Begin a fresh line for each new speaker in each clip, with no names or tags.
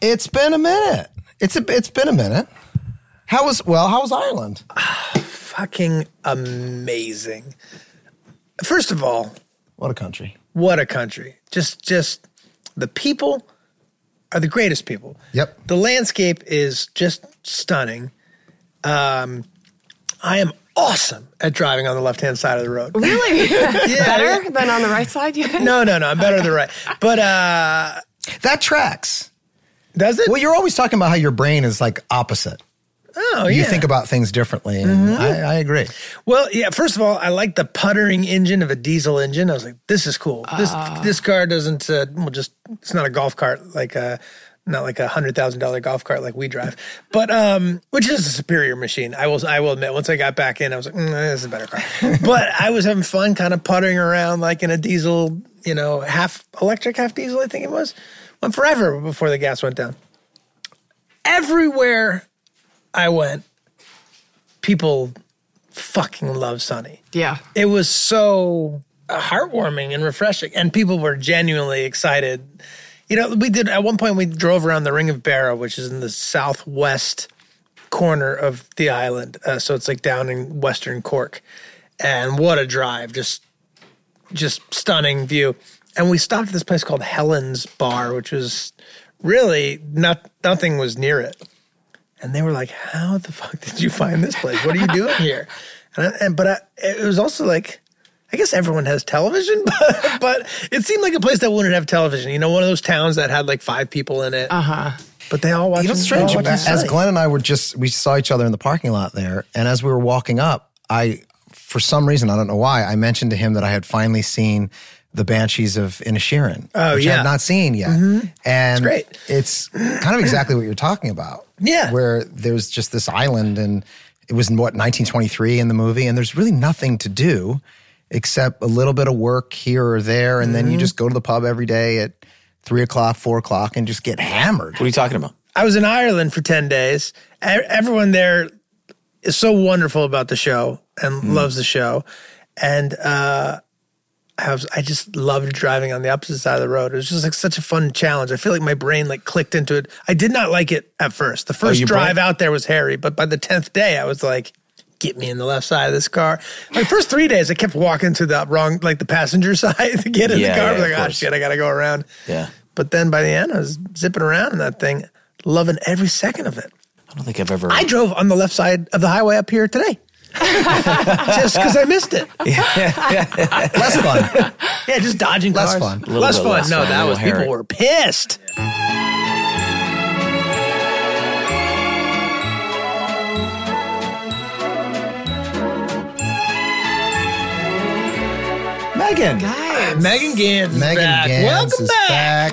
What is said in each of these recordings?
It's been a minute. It's a, it's been a minute. How was well? How was Ireland?
Fucking amazing. First of all,
What a country.
what a country. Just just the people are the greatest people.
Yep.
The landscape is just stunning. Um I am awesome at driving on the left-hand side of the road.
Really? Better
yeah.
than on the right side? Yeah.
No, no, no. I'm better than right. But uh
That tracks.
does it?
Well, you're always talking about how your brain is like opposite.
oh,
You
yeah. Mm-hmm.
think about things differently. And I, I agree.
Well, yeah. First of all, I like the puttering engine of a diesel engine. I was like, this is cool. This this car doesn't. Uh, well, just it's not a golf cart like a not like a hundred thousand dollar golf cart like we drive, but um, which is a superior machine. I will I will admit. Once I got back in, I was like, mm, this is a better car. but I was having fun, kind of puttering around like in a diesel, you know, half electric, half diesel. I think it was. Went forever before the gas went down. Everywhere I went, people fucking love Sunny.
Yeah.
It was so uh, heartwarming and refreshing, and people were genuinely excited. You know, we did at one point we drove around the Ring of Barrow, which is in the southwest corner of the island, uh, so it's like down in Western Cork. And what a drive! Just, just stunning view. And we stopped at this place called Helen's Bar, which was really not nothing was near it. And they were like, "How the fuck did you find this place? What are you doing here?" And, I, and but I, it was also like, I guess everyone has television, but, but it seemed like a place that wouldn't have television. You know, one of those towns that had like five people in it. Uh huh. But they all watched.
You know, it's strange. As Glenn and I were just, we saw each other in the parking lot there. And as we were walking up, I, for some reason, I don't know why, I mentioned to him that I had finally seen the Banshees of Inishirin,
Oh,
which I
yeah. Mm-hmm.
had not seen yet. And
great.
it's kind of exactly what you're talking about.
Yeah.
Where there's just this island and it was what, 1923 in the movie. And there's really nothing to do except a little bit of work here or there. And
Mm-hmm.
then you just go to the pub every day at three o'clock, four o'clock and just get hammered.
What are you talking about?
I was in Ireland for 10 days. E- Everyone there is so wonderful about the show and
Mm.
loves the show. And uh, I, was, I just loved driving on the opposite side of the road. It was just like such a fun challenge. I feel like my brain like clicked into it. I did not like it at first. The first
your
drive
brain-
out there was hairy, but by the 10th day, I was like, get me in the left side of this car. Like first three days, I kept walking to the wrong, like the passenger side to get in
Yeah,
the car. I
yeah,
was
of
like, oh
course.
shit, I got to go around.
Yeah.
But then by the end, I was zipping around in that thing, loving every second of it.
I don't think I've ever.
I drove on the left side of the highway up here today. just because I missed it.
Less fun.
Yeah, just dodging
Less
cars.
fun. A
little
Less
bit
fun.
less
no,
fun,
that
a
was
little
people
hairy.
were pissed.
Megan.
Guys.
Megan Gans. is
Megan
back.
Gans
Welcome
is
back.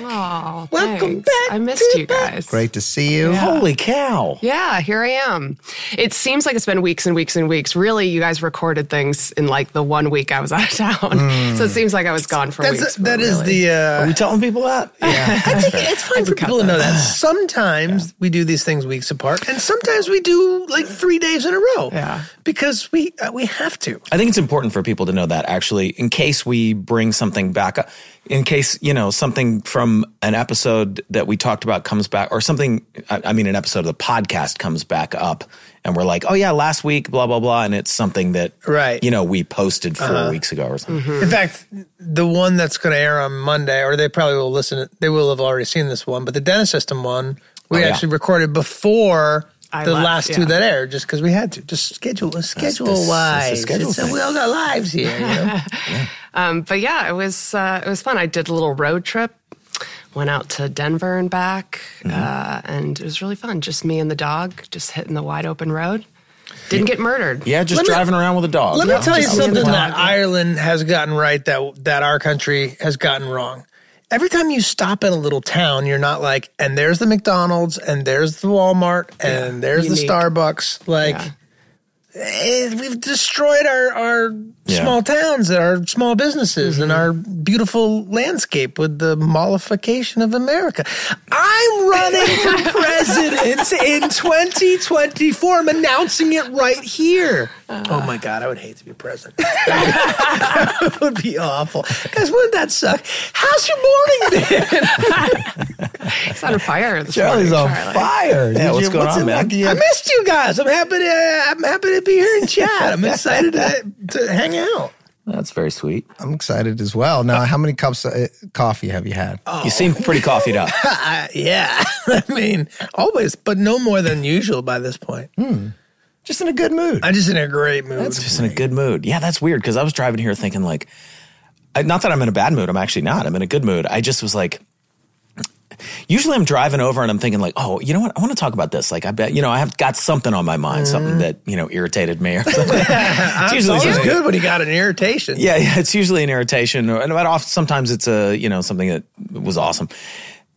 back.
Oh,
Welcome
thanks.
back
I missed
to
you
the-
guys.
Great to see you.
Holy cow.
Yeah, here I am. It seems like it's been weeks and weeks and weeks. Really, you guys recorded things in like the one week I was out of town. So it seems like I was gone for
That's
weeks.
a, that
but
is
really-
the.
Are
Uh,
we telling people that?
I think it's fine for
forgot
people to know that. Sometimes we do these things weeks apart, and sometimes we do like three days in a row.
Yeah.
because we uh, we have to.
I think it's important for people to know that actually, in case we bring something back up, in case, you know, something from an episode that we talked about comes back, or something, I I mean, an episode of the podcast comes back up, and we're like, oh, yeah, last week, blah, blah, blah. And it's something that,
Right. Mm-hmm.
you know, we posted 4 weeks ago or something.
In fact, the one that's going to air on Monday, or they probably will listen. They will have already seen this one, but the Dennis System one we
Oh, yeah.
actually recorded before
I
the
left,
last two
yeah.
that aired, just because we had to. Just schedule, schedule wise.
schedule
It's a-
thing.
we all got lives here. You know?
Um, but yeah, it was uh, it was fun. I did a little road trip, went out to Denver and back, uh, and it was really fun. Just me and the dog, just hitting the wide open road. Didn't get murdered.
Yeah, just
Let me-
driving around with a dog.
Let me tell you
just
something
leaving
that
it alone.
Ireland has gotten right that that our country has gotten wrong. Every time you stop in a little town, you're not like, and there's the McDonald's, and there's the Walmart, and there's the
Unique.
Starbucks. Like,
Yeah.
eh, we've destroyed our our
Yeah.
small towns, and our small businesses, and our beautiful landscape with the mollification of America. I'm running for president. It's in 2024. I'm announcing it right here. oh my God, I would hate to be president. that would be awful. Guys, wouldn't that suck? How's your morning been?
He's on fire. This
Charlie's on
morning, Charlie.
fire.
Yeah,
Did
what's going on,
it
man?
like? Yeah.
I missed you guys. I'm happy to. I'm happy to be here in chat. I'm excited to, to hang out.
That's very sweet.
I'm excited as well. Now, how many cups of uh, coffee have you had?
You seem pretty coffeeed up.
I, yeah, I mean, always, but no more than usual by this point.
Just in a good mood.
I'm just in a great mood.
Hmm. That's just in a good mood. Yeah, that's weird because I was driving here thinking like, I- not that I'm in a bad mood. I'm actually not. I'm in a good mood. I just was like, usually I'm driving over and I'm thinking like, oh, you know what? I want to talk about this. Like, I bet you know I have got something on my mind, something that you know irritated me or something.
Mm-hmm. it's
usually
always
something-
good when you got an irritation.
Yeah, yeah, it's usually an irritation, or- and but often sometimes it's a you know something that was awesome.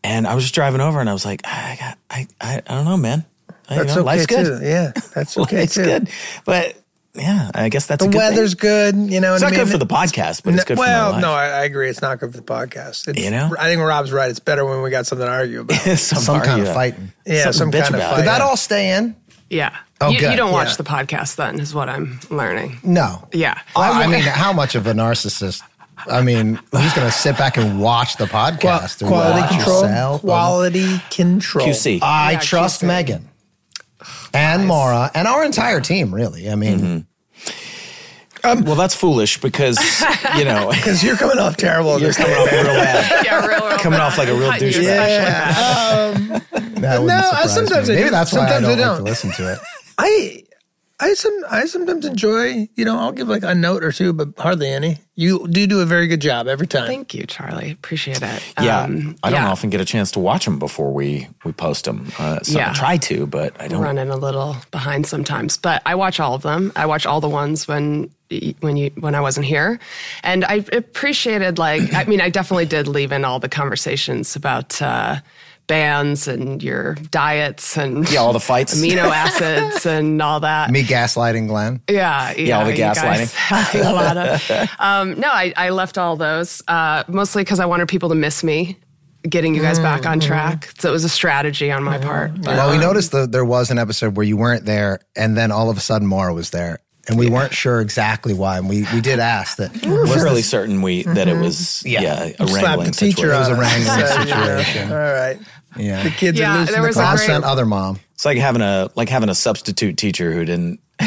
And I was just driving over, and I was like, "Ah, I got, I, I, I don't know, man. I, you
that's
know,
okay
life's
too.
good.
Yeah, that's okay
life's
too.
good, but yeah, I guess that's
The
a good thing.
weather's good. You know,
It's
what
not
I mean?
good for the podcast, but
No-
it's good
well,
for my
no,
life.
I, I agree. It's not good for the podcast. It's,
You know?
I think Rob's right. It's better when we got something to argue about.
No,
Some kind of fighting.
Yeah,
Something
some
to bitch
kind of
about.
fight.
Did
Did that all stay in?
Yeah.
Oh,
you,
good.
you don't watch
Yeah.
the podcast then, is what I'm learning.
No.
Yeah.
Well, I mean, how much of a narcissist? I mean, who's going to sit back and watch the podcast? or
quality
watch
control.
um,
yourself? Um,
Quality control.
QC.
I
Yeah,
trust
she's saying-
Megan and Mara and our entire team, really. I mean,
Um, well, that's foolish because you know
Because you're coming off terrible.
you're coming off real bad.
yeah, real, real
Coming off like a real
You're
douchebag.
special.
yeah. Um,
that wouldn't
No, I-
surprise
sometimes
me.
I
Maybe
do.
that's why
Sometimes I
I don't, like
don't.
to listen to it.
I I some I sometimes enjoy, you know, I'll give like a note or two, but hardly any. You do do a very good job every time.
Thank you, Charlie. Appreciate it.
Yeah,
Um,
I don't
yeah.
often get a chance to watch them before we we post them. Uh, so I
Yeah.
try to, but I don't.
running a little behind sometimes, but I watch all of them. I watch all the ones when when you when I wasn't here, and I appreciated like I mean I definitely did leave in all the conversations about uh, bands and your diets and
Yeah, all the fights.
amino acids and all that.
Me gaslighting Glenn.
Yeah, yeah,
all the
you guys
gaslighting.
have a lot of. Um, no, I, I left all those uh, mostly because I wanted people to miss me, getting you guys back
Mm-hmm.
on track. So it was a strategy on my part. But
Well, we
Um,
noticed that there was an episode where you weren't there, and then all of a sudden Mara was there, and we weren't sure exactly why. And we, we did ask that.
We're fairly certain we that it was yeah, a
Slap the
wrangling
teacher
situation.
on
It was a
us.
wrangling
So, you know,
situation.
All right.
Yeah.
The kids
Yeah,
are losing
there
the
was a
Mom
class.
great-
sent other mom.
It's like having a like having a substitute teacher who didn't.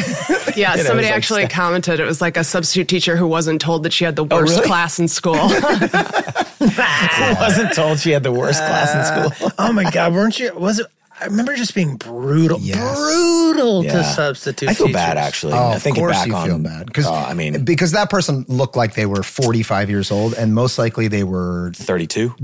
yeah,
it
somebody
was like
actually commented it was like a substitute teacher who wasn't told that she had the worst
Oh, really?
class in school.
wasn't told she had the worst class in school.
oh my god, weren't you was it I remember just being brutal.
Yes.
Brutal to
Yeah.
substitute.
I feel
teachers.
bad actually.
Oh,
I think
of course
back
you
on,
feel bad because
oh, I mean,
because that person looked like they were 45 years old, and most likely they were
thirty-two.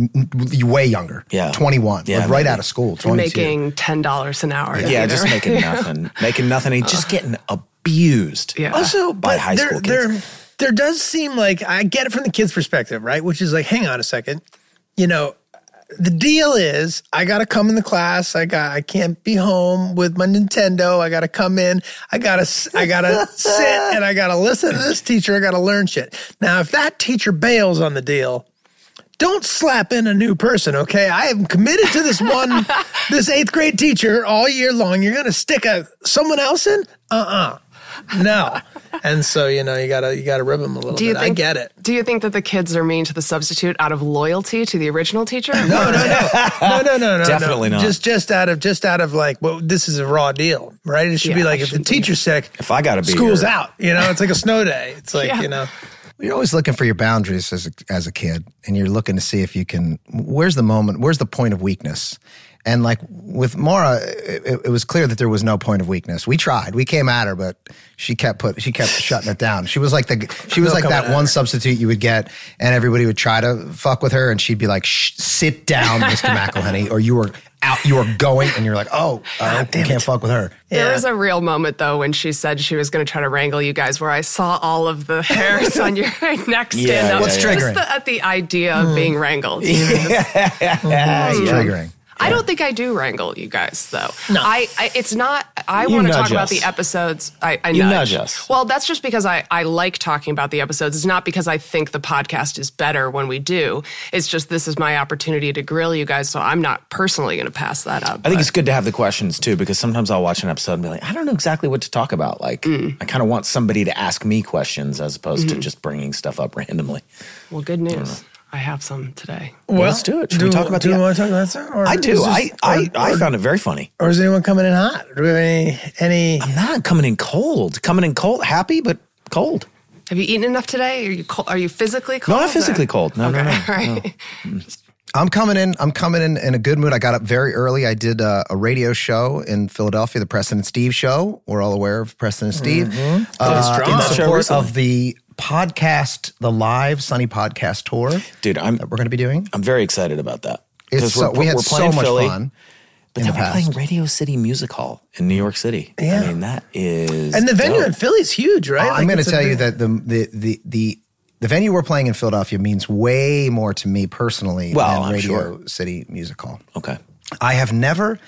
way younger.
Yeah.
21,
Yeah,
like right
maybe.
out of school. 22.
making ten dollars an hour.
Yeah,
either.
just making nothing, making nothing, and just getting abused.
Yeah.
Also,
by
but
high
there,
school kids.
There, there does seem like I get it from the kid's perspective, right? Which is like, hang on a second, you know, the deal is I got to come in the class. I got I can't be home with my Nintendo. I got to come in. I got to I got to sit and I got to listen to this teacher. I got to learn shit. Now, if that teacher bails on the deal, don't slap in a new person, okay? I am committed to this one, this eighth grade teacher all year long. You're gonna stick a someone else in? Uh uh No. And so you know you gotta you gotta rib them a little
Do you
bit.
think,
I get it.
Do you think that the kids are mean to the substitute out of loyalty to the original teacher? No,
No, no, no, no, no, no.
Definitely
no.
not.
Just just out of just out of like, well, this is a raw deal, right? It should be
Yeah,
like
it
if the
should be.
teacher's sick,
If I gotta be
school's
your-
out. You know, it's like a snow day. It's like
Yeah.
you know,
You're always looking for your boundaries as a, as a kid, and you're looking to see if you can. Where's the moment? Where's the point of weakness? And like with Mara, it, it- it was clear that there was no point of weakness. We tried, we came at her, but she kept put she kept shutting it down. She was like the she was
No
like
coming
that
at
one
her.
substitute you would get, and everybody would try to fuck with her, and she'd be like, Shh, "Sit down, Mr. McElhenney," or you were out, you were going, and you're like, "Oh, uh, you can't fuck with her."
There was a real moment though when she said she was going to try to wrangle you guys, where I saw all of the hairs on your neck stand
Yeah, yeah,
up.
What's
Just
triggering?
the- at the idea of being wrangled. you know, just-
It's triggering.
I don't think I do wrangle you guys though. No, I, I it's not. I
You
want to
nudge
talk about
us.
the episodes. I, I
You
nudge.
nudge us.
Well, that's just because I, I like talking about the episodes. It's not because I think the podcast is better when we do. It's just this is my opportunity to grill you guys, so I'm not personally going to pass that up.
I think it's good to have the questions too, because sometimes I'll watch an episode and be like, I don't know exactly what to talk about. Like,
Mm.
I kind of want somebody to ask me questions as opposed
Mm-hmm.
to just bringing stuff up randomly.
well, good news. I have some today.
Well,
let's do it. Should we talk about
do
the-
you want to talk about that? Or
I
is
do.
this-
I, I,
or-
I
or-
found it very funny.
Or is anyone coming in hot? Do we have any any?
Not coming in cold, coming in cold, happy, but cold.
Have you eaten enough today? Are you cold? Are you physically cold?
No, not physically cold. No, no, no.
All right.
I'm coming in. I'm coming in in a good mood. I got up very early. I did uh, a, a radio show in Philadelphia, the President Steve show. We're all aware of President Steve. Uh, in
strong. Mm-hmm. That show
support
recently.
of the podcast, the live Sunny podcast tour that
Dude, I'm,
we're going to be doing.
I'm very excited about that.
It's
'Cause we're
so,
pl-
we had
we're
so
playing
much
Philly,
fun.
But
in
then
the
we're playing
past.
Radio City Music Hall in New York City.
Yeah.
I mean, that is.
And the venue
dope.
in Philly's huge, right?
I'm
Like,
going to
it's a
tell you
big-
that the, the the the the venue we're playing in Philadelphia means way more to me personally
Well,
than
I'm
Radio City Music Hall.
Okay.
I have never.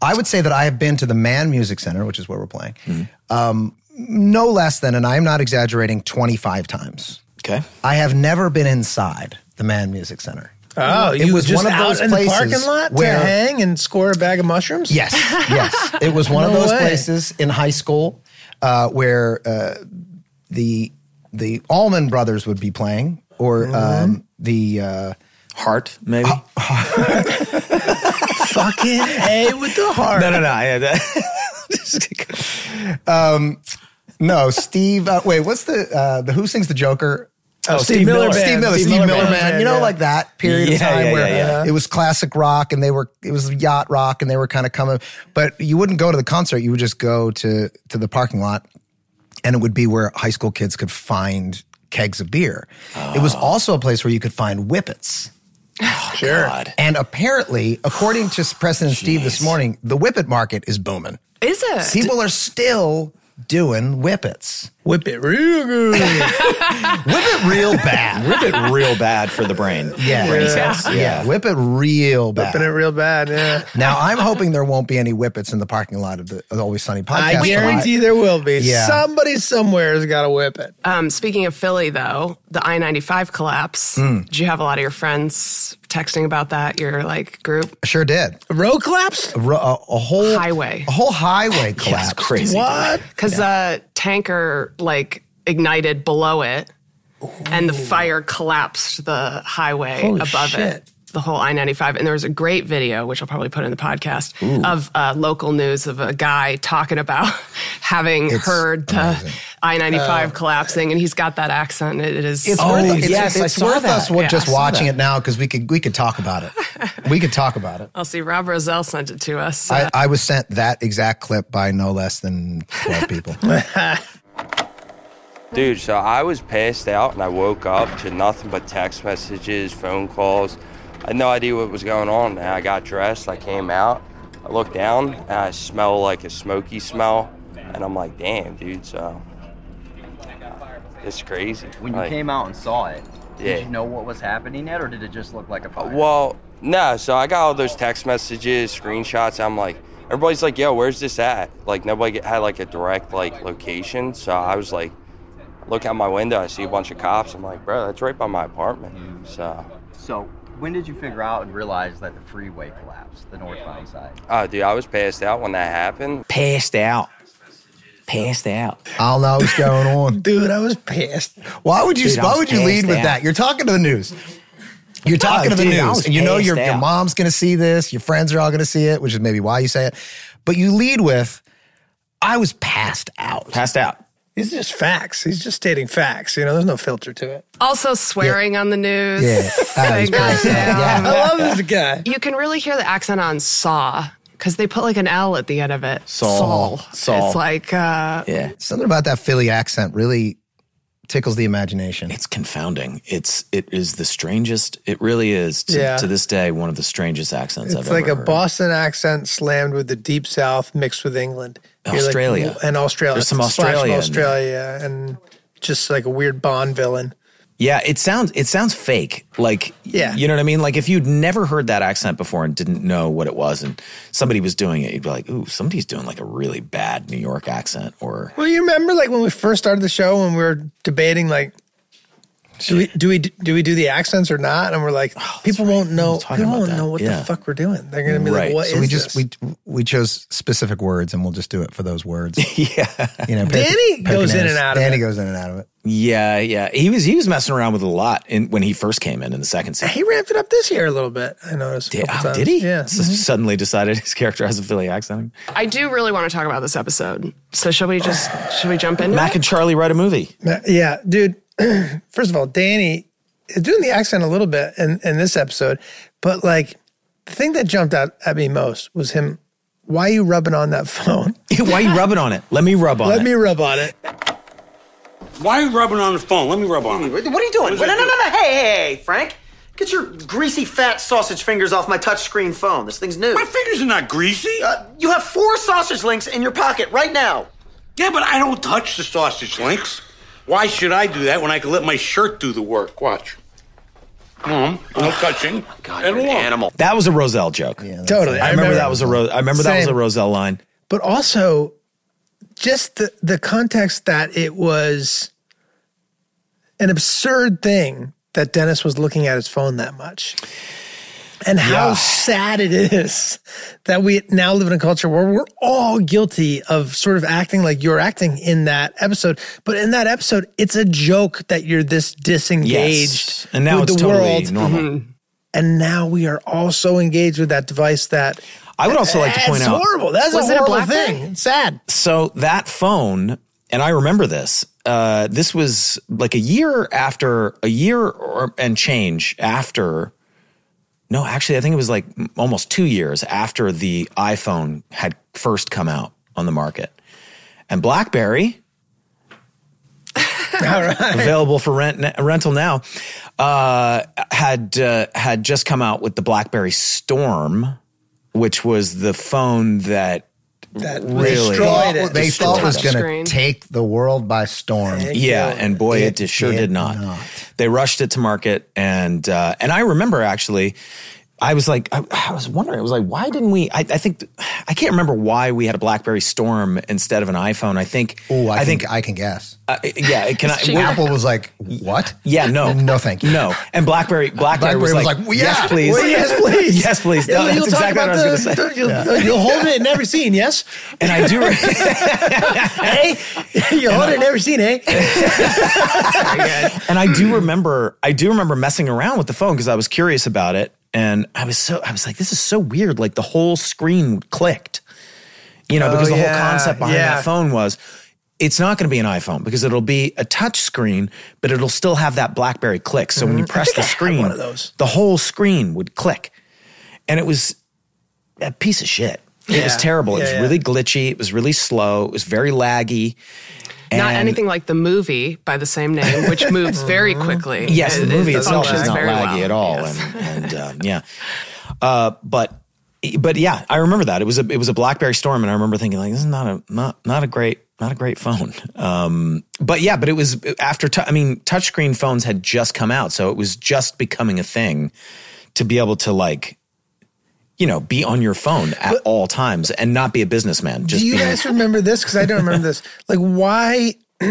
I would say that I have been to the Mann Music Center, which is where we're playing,
Mm-hmm.
um, no less than, and I'm not exaggerating, 25 times.
Okay.
I have never been inside the Mann Music Center.
Oh,
It
you
was
just
one of
out
those
in the
places
parking lot
where-
to hang and score a bag of mushrooms.
Yes, yes. It was one of
No
those
way.
places in high school uh, where uh, the the Allman Brothers would be playing, or
Mm-hmm.
um, the uh,
Heart, maybe?
fucking a with the heart.
no, no, no. I- I-
no Steve. Uh, wait, what's the uh, the who sings the Joker?
Oh, Steve, Miller. Band.
Steve Miller, Steve, Miller, Band, you know,
yeah.
like that period of
Yeah,
time
yeah,
where
yeah,
it was classic rock and they were it was yacht rock and they were kind of coming, but you wouldn't go to the concert, you would just go to to the parking lot, and it would be where high school kids could find kegs of beer. It was also a place where you could find whippets.
sure.
God.
And apparently, according to President Steve this morning, the whippet market is booming.
Is it?
People are still doing whippets.
Whip it real good.
Whip it real bad.
Rip it real bad for the brain.
Yeah.
Brain
Yeah.
cells. Yeah.
Whip it real bad.
Whipping it real bad. Yeah.
Now I'm hoping there won't be any whippets in the parking lot of the of the Always Sunny podcast.
I guarantee
lot.
there will be.
Yeah.
Somebody somewhere has got to whip it.
Um, speaking of Philly, though, the I 95 collapse,
Hmm.
did you have a lot of your friends texting about that, your like group?
I sure did.
Row collapse?
Ro- A, a whole
Highway.
a whole highway
That's
collapsed.
crazy.
What?
Because uh, tanker like ignited below it and the fire collapsed the highway
Holy
above
shit.
it. The whole I 95. And there was a great video, which I'll probably put in the podcast, of uh, local news of a guy talking about having heard the I 95 collapsing. And he's got that accent. It, it is.
Uh, It's
Oh,
worth, it's,
yes, I
it's
saw
worth
that.
us wa-
Yeah, I
just
saw
watching it now because we could we could talk about it. we could talk about it.
I'll see. Rob Rosell sent it to us.
I, I was sent that exact clip by no less than twelve people.
Dude, so I was passed out and I woke up to nothing but text messages, phone calls. I had no idea what was going on. And I got dressed, I came out, I looked down, and I smell like a smoky smell. And I'm like, damn, dude, so. It's crazy.
When you
Like,
came out and saw it,
Yeah.
did you know what was happening yet, or did it just look like a fire?
Well, no. So I got all those text messages, screenshots. I'm like, everybody's like, yo, where's this at? Like, nobody had like a direct like location. So I was like, look out my window. I see a bunch of cops. I'm like, bro, that's right by my apartment. So,
so when did you figure out and realize that the freeway collapsed, the northbound side?
oh, dude, I was passed out when that happened.
Passed out. Passed out.
I'll know what's going on.
Dude, I was pissed.
Why would you
Dude, I
Why
was
would you lead
pissed
with
out.
that? You're talking to the news. You're talking to the
dude, I
news.
was
And you know
pissed
your, your
out.
mom's going to see this. Your friends are all going to see it, which is maybe why you say it. But you lead with, "I was passed out."
Passed out.
He's just facts. He's just stating facts. You know, there's no filter to it.
Also swearing on the news.
Yeah, Ah, that was
Like,
crazy.
goddamn.
I love this guy.
You can really hear the accent on Saw because they put like an L at the end of it.
Saul. Saul.
It's like uh,
Yeah.
Something about that Philly accent really tickles the imagination.
It's confounding. It's it is the strangest. It really is to,
Yeah.
to this day one of the strangest accents I've
It's like
ever
a
heard.
Boston accent slammed with the deep South mixed with England. You're like,
Australia.
and Australia.
There's some
Slash
Australia in there.
Australia and just like a weird Bond villain.
Yeah, it sounds it sounds fake. Like
Yeah.
you know what I mean? Like if you'd never heard that accent before and didn't know what it was and somebody was doing it, you'd be like, "Ooh, somebody's doing like a really bad New York accent or
Well, you remember like when we first started the show when we were debating like do we do we do we do the accents or not? And we're like,
Oh,
people won't know.
talking
People
about
won't
that.
know what
Yeah.
the fuck we're doing. They're gonna be
Right.
like, what is
So
So we just
this?
we we chose specific words, and we'll just do it for those words. yeah, you know,
Danny goes in and out of
Danny
it.
goes in and out of it.
Yeah, yeah. He was he was messing around with it a lot in, when he first came in in the second season.
he ramped it up this year a little bit. I noticed. a
Did,
couple
oh,
times.
did he?
Yeah. Mm-hmm.
S- Suddenly decided his character has a Philly accent.
I do really want to talk about this episode. So should we just should we jump in?
Mac and Charlie write a movie.
Ma- Yeah, dude. First of all, Danny is doing the accent a little bit in, in this episode, but like the thing that jumped out at me most was him. Why are you rubbing on that phone?
Why are you rubbing on it? Let me rub on
Let
it.
me rub on it.
Why are you rubbing on the phone? Let me rub on it.
What what are you doing? No, no, no, no. Hey, hey, hey, Frank. Get your greasy, fat sausage fingers off my touchscreen phone. This thing's new.
My fingers are not greasy.
Uh, you have four sausage links in your pocket right now.
yeah, but I don't touch the sausage links. Why should I do that when I can let my shirt do the work? Watch. Mom, no touching.
Oh, God,
at
you're an
all.
animal.
that was a Roselle joke.
Totally.
I remember that was a Ro- I remember that was a
Same.
Roselle line.
but also just the, the context that it was an absurd thing that Dennis was looking at his phone that much. And how
Yeah.
sad it is that we now live in a culture where we're all guilty of sort of acting like you're acting in that episode. But in that episode, it's a joke that you're this disengaged
Yes. And now
with
it's
the
totally
world.
normal.
And now we are all so engaged with that device that
I would also like to
it's
point out
horrible. That's
Was
a
it a
horrible
Blackberry?
thing. It's sad.
so that phone, and I remember this. Uh, this was like a year after a year or, and change after. No, actually, I think it was like m- almost two years after the iPhone had first come out on the market, and BlackBerry available for rent rental now uh, had uh, had just come out with the BlackBerry Storm, which was the phone that
That
Really?
destroyed it.
They thought it was
Touchscreen.
going to take the world by storm.
Yeah, and boy, it, just sure
did
did, not.
not.
They rushed it to market, and uh, and I remember actually, I was like, I, I was wondering, I was like, why didn't we? I, I think I can't remember why we had a BlackBerry Storm instead of an iPhone. I think.
Oh, I,
think.
think I can guess.
uh, yeah, it can I?
cheap.
well,
Apple was like, "What?
Yeah, no,
no, thank you."
no. And BlackBerry, Blackberry,
BlackBerry
was
was
like,
like, well,
yes,
yeah,
please,
Well, yes, please.
yes, please.
Yeah,
No,
you'll
that's
talk
exactly what I
about
was going to
the- You'll,
say.
you'll hold it in every scene, yes?
And I do. re-
Hey, you hold it in every scene, eh?
and I do remember, I do remember messing around with the phone because I was curious about it, and I was so, I was like, this is so weird. Like the whole screen clicked, you know, because the
Oh, yeah,
whole concept behind
yeah.
that phone was. It's not going to be an iPhone because it'll be a touch screen, but it'll still have that BlackBerry click. So when you press
think
the
I had
screen,
one of those.
the whole screen would click, and it was a piece of shit. It was
Yeah.
terrible. it
Yeah,
was
yeah.
really glitchy. It was really slow. It was very laggy.
not
And-
anything like the movie by the same name, which moves very quickly.
Yes, the
It- it
movie itself
functions
is not
very
laggy
well.
at all,
Yes.
and, and um, yeah, uh, but but yeah, I remember that it was a it was a BlackBerry Storm, and I remember thinking like this is not a not not a great not a great phone. Um, but yeah, but it was after tou- I mean touchscreen phones had just come out, so it was just becoming a thing to be able to like you know be on your phone at all times and not be a businessman. Just
Do you
being,
guys remember this? Because I don't remember this. Like, why,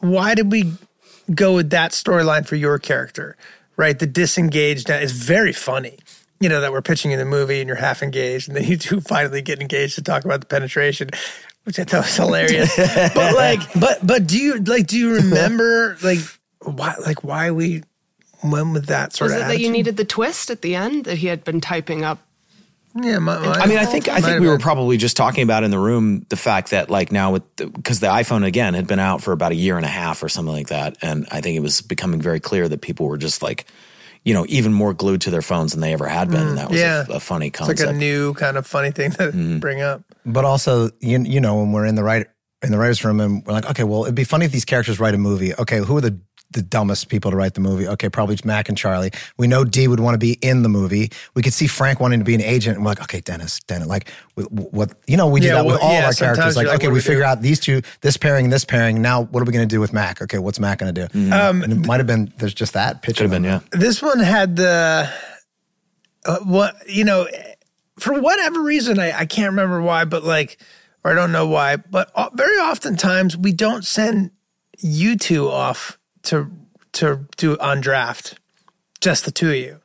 why did we go with that storyline for your character, right? The disengaged is very funny. You know, that we're pitching in the movie and you're half engaged, and then you two finally get engaged to talk about the penetration, which I thought was hilarious. but like, but but do you like do you remember like why like why we went with that sort
Was it
of
that you
attitude?
needed the twist at the end that he had been typing up?
Yeah, my, my,
I mean, I think I
Might
think
have
we
been.
were probably just talking about in the room the fact that like now with because the, iPhone again had been out for about a year and a half or something like that, and I think it was becoming very clear that people were just like, you know, even more glued to their phones than they ever had been, and that was a-
Mm, yeah.
a, funny
it's
concept.
like a new kind of funny thing to
Mm-hmm.
bring up.
But also, you you know, when we're in the right in the writers' room, and we're like, okay, well, it'd be funny if these characters write a movie. Okay, who are the the dumbest people to write the movie. Okay, probably Mac and Charlie. We know D would want to be in the movie. We could see Frank wanting to be an agent, and we're like, okay, Dennis, Dennis. Like, w- w- what you know, we did
Yeah,
that with
what-
all of
yeah,
our
sometimes
characters. Like,
you're like,
okay,
what do
we
we do?
figure out these two, this pairing, and this pairing. Now, what are we going to do with Mac? Okay, what's Mac going to do?
Mm-hmm.
Um, and it might have been there's just that picture.
Could have been, yeah.
this one had the uh, what you know for whatever reason I, I can't remember why but like or i don't know why but o- very oftentimes we don't send you two off to to do on draft just the two of you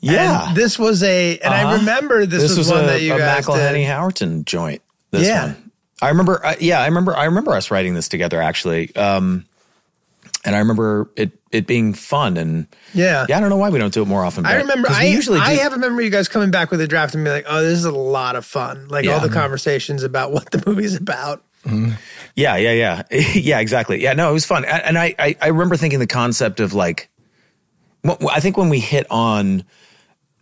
Yeah.
and this was a and i
Uh-huh.
remember this, was, one
a,
that you
a
guys
McElhenney
did.
Howerton joint. This
Yeah.
one. I remember. I yeah, I remember. I remember us writing this together actually, um, and I remember it it being fun and
yeah
yeah. I don't know why we don't do it more often.
Uh, I
but-
remember.
'cause
I
we usually
I
do-
have remember you guys coming back with a draft and be like, "Oh, this is a lot of fun!" Like all
Yeah.
the conversations about what the movie's about.
Yeah, yeah, yeah, yeah. Exactly. Yeah, no, it was fun, A- and I, I, I remember thinking the concept of like, wh- wh- I think when we hit on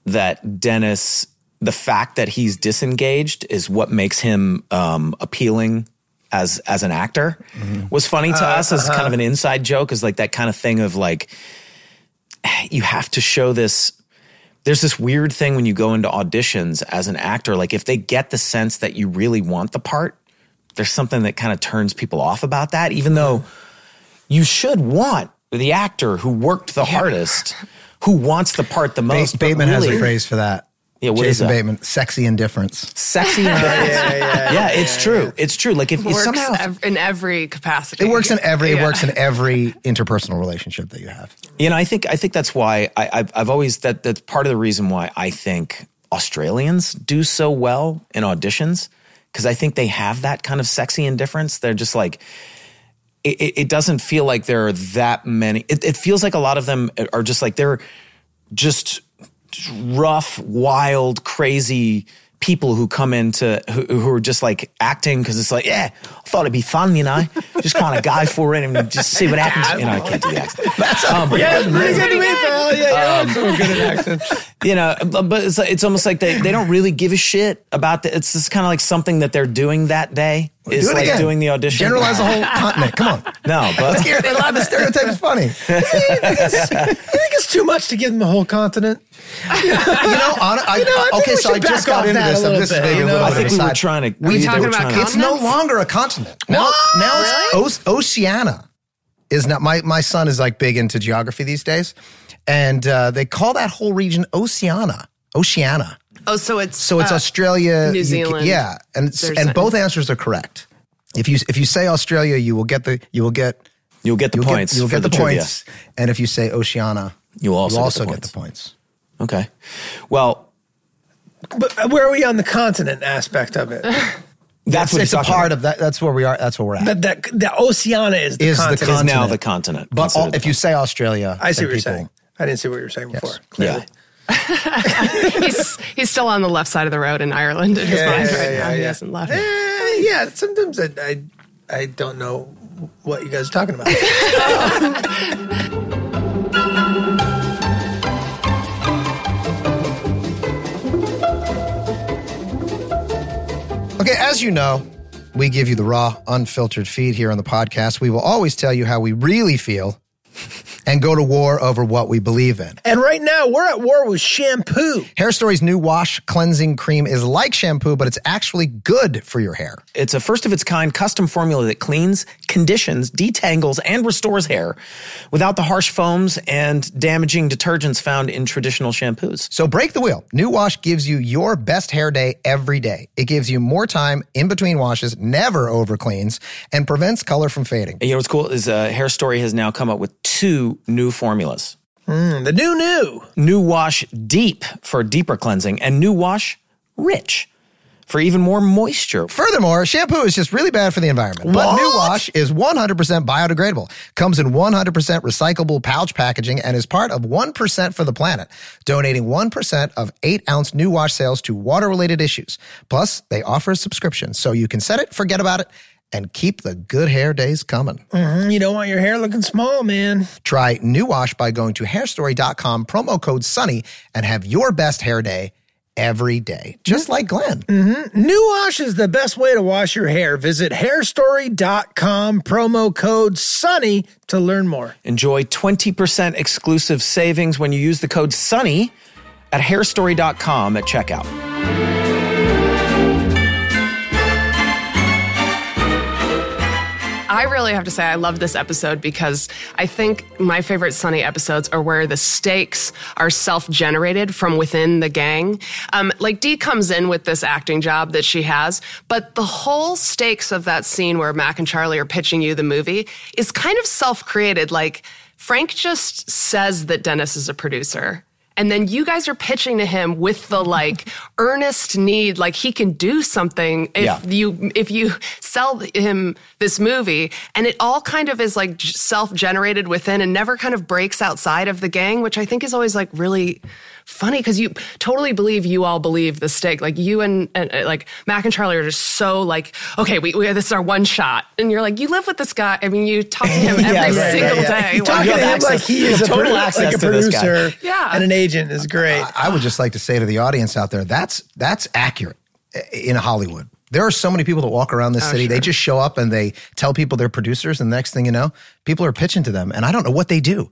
that Dennis, the fact that he's disengaged is what makes him um, appealing as as an actor was funny to us as kind of an inside joke, is like that kind of thing of like, you have to show this there's this weird thing when you go into auditions as an actor like if they get the sense that you really want the part there's something that kind of turns people off about that even though you should want the actor who worked the hardest who wants the part the
Ba-
most Oh, but
Bateman has
really-
a phrase for that.
Yeah, what
Jason
is that?
Bateman, sexy indifference.
sexy and
Yeah, yeah.
yeah it's true it's true like if, if
Works
somehow
ev- in every capacity.
It works in every. It
Yeah.
works in every interpersonal relationship that you have.
You know, I think I think that's why I, I've I've always that that's part of the reason why I think Australians do so well in auditions because I think they have that kind of sexy indifference. They're just like. It, it- it doesn't feel like there are that many. It, it feels like a lot of them are just like they're just rough, wild, crazy people who come into who, who are just like acting because it's like, yeah, I thought it'd be fun, you know, just kind of go for it and just see what happens. You know, I can't do the accent. Um, Uh, you know, but it's, it's almost like they, they don't really give a shit about the, it's just kind of like something that they're doing that day is
Do it
like
again.
doing the audition.
Generalize the whole continent. Come on.
No,
Let's
but
hear it. The stereotype is funny.
I think it's too much to give them the whole continent.
You know, on, I,
I think
okay,
we
so I
should
just
back off
got into
that
this. and
a little
this is
bit,
maybe
you
a
know?
little
I
bit of
think
a
we were
side-
trying to.
We need
we were
to-
talking about
trying to-
It's no longer a continent. Now, now it's O- Oceana. Is not my my son is like big into geography these days, and uh, they call that whole region Oceana. Oceana.
Oh, so it's
So it's
uh,
Australia,
New
UK
Zealand.
yeah, and it's-
There's
and
that.
both answers are correct. If you if you say Australia, you will get the you will get
You'll get the
you'll
points.
Get, you'll
for
get the,
trivia.
points, and if you say Oceana,
You'll also get the
get
points.
the points.
Okay. Well,
But where are we on the continent aspect of it?
that's what
it's
he's
a
talking
part
about.
of that. That's where we are. That's where we're at.
But that the Oceana is the
Is the
continent.
con-
is now
continent.
the continent.
But all,
considered
if you say Australia,
I see
then
what you're
people-
saying. I didn't see what you were saying before.
the
Clearly.
continent.
he's, he's still on the left side of the road in Ireland in his
Yeah,
mind
yeah,
right
yeah,
now. He
yeah.
hasn't left.
Eh, yeah. Sometimes I, I I don't know what you guys are talking about.
Okay, as you know, we give you the raw, unfiltered feed here on the podcast. We will always tell you how we really feel and go to war over what we believe in.
and right now we're at war with shampoo.
Hair Story's new wash cleansing cream is like shampoo, but it's actually good for your hair.
It's a first of its kind custom formula that cleans, conditions, detangles, and restores hair without the harsh foams and damaging detergents found in traditional shampoos.
So break the wheel. New Wash gives you your best hair day every day. It gives you more time in between washes, never over cleans, and prevents color from fading.
You know what's cool is uh, Hair Story has now come up with two new formulas.
Mm, the new new.
New Wash Deep for deeper cleansing and New Wash Rich for even more moisture.
Furthermore, shampoo is just really bad for the environment. But New Wash is 100% biodegradable, comes in 100% recyclable pouch packaging, and is part of 1% for the planet, donating 1% of 8 ounce New Wash sales to water related issues. Plus, they offer a subscription, so you can set it, forget about it, and keep the good hair days coming.
Mm, You don't want your hair looking small, man.
Try New Wash by going to hairstory.com, promo code SUNNY, and have your best hair day every day, just like Glenn.
New wash is the best way to wash your hair. Visit hairstory.com, promo code SUNNY to learn more.
Enjoy 20% exclusive savings when you use the code SUNNY at hairstory.com at checkout.
I really have to say I love this episode because I think my favorite Sunny episodes are where the stakes are self-generated from within the gang. Um, like Dee comes in with this acting job that she has, but the whole stakes of that scene where Mac and Charlie are pitching you the movie is kind of self-created. Like Frank just says that Dennis is a producer. And then you guys are pitching to him with the like earnest need, like he can do something if
Yeah.
you if you sell him this movie, and it all kind of is like self generated within, and never kind of breaks outside of the gang, which I think is always like really funny because you totally believe you all believe the stake. Like you and, and uh, like Mac and Charlie are just so like, okay, we, we this is our one shot, and you're like, you live with this guy. I mean, you talk to him every
right, right,
single
yeah.
day. while
Talking
have
to him
access-
like he
you
is
have
a,
total
produ-
access
like a
to this guy.
producer
Yeah.
and an agent is great.
I would just like to say to the audience out there that's that's accurate in Hollywood. There are so many people that walk around this city. They just show up and they tell people they're producers, and the next thing you know, people are pitching to them, and I don't know what they do.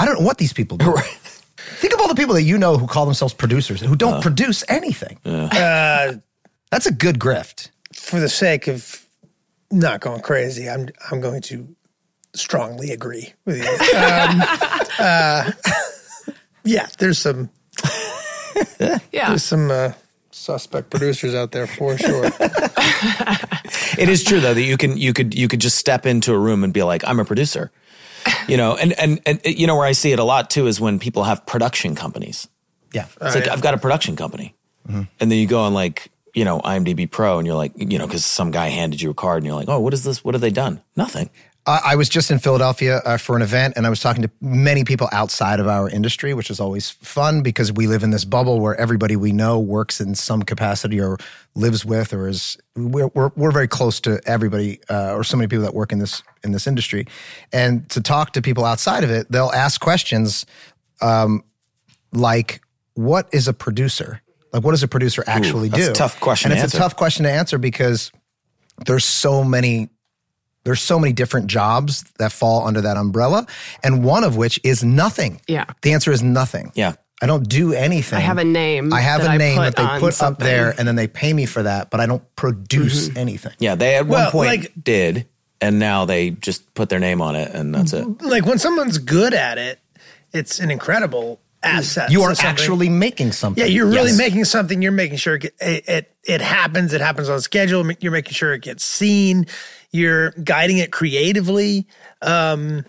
I don't know what these people do. Think of all the people that you know who call themselves producers who don't produce anything. Uh, That's a good grift.
For the sake of not going crazy, I'm I'm going to strongly agree with you. Um, uh, yeah, there's some
Yeah.
there's some uh, suspect producers out there for sure.
It is true though that you can you could you could just step into a room and be like, I'm a producer. You know, and and and you know where I see it a lot too is when people have production companies.
Yeah.
It's
Oh,
like I've got a production company,
Mm-hmm.
and then you go on like you know IMDb Pro, and you're like you know because some guy handed you a card, and you're like, oh, what is this? What have they done? Nothing.
I, I was just in Philadelphia uh, for an event, and I was talking to many people outside of our industry, which is always fun because we live in this bubble where everybody we know works in some capacity or lives with, or is we're we're, we're very close to everybody uh, or so many people that work in this in this industry, and to talk to people outside of it, they'll ask questions um, like what is a producer like what does a producer actually
that's
do
a tough question
and
to
it's
answer.
a tough question to answer because there's so many there's so many different jobs that fall under that umbrella and one of which is nothing
Yeah.
the answer is nothing
Yeah.
i don't do anything
I have a name
i have
that
a
I
name
put
that they
on
put up
something. Mm-hmm.
there and then they pay me for that but i don't produce anything
Yeah, they at
Well,
one point
like-
did, and now they just put their name on it, and that's it.
like when someone's good at it, it's an incredible asset.
you
to
are
something.
actually making something
Yeah, you're really
Yes.
making something. You're making sure it, get- it it it happens. It happens on schedule. You're making sure it gets seen. You're guiding it creatively. Um,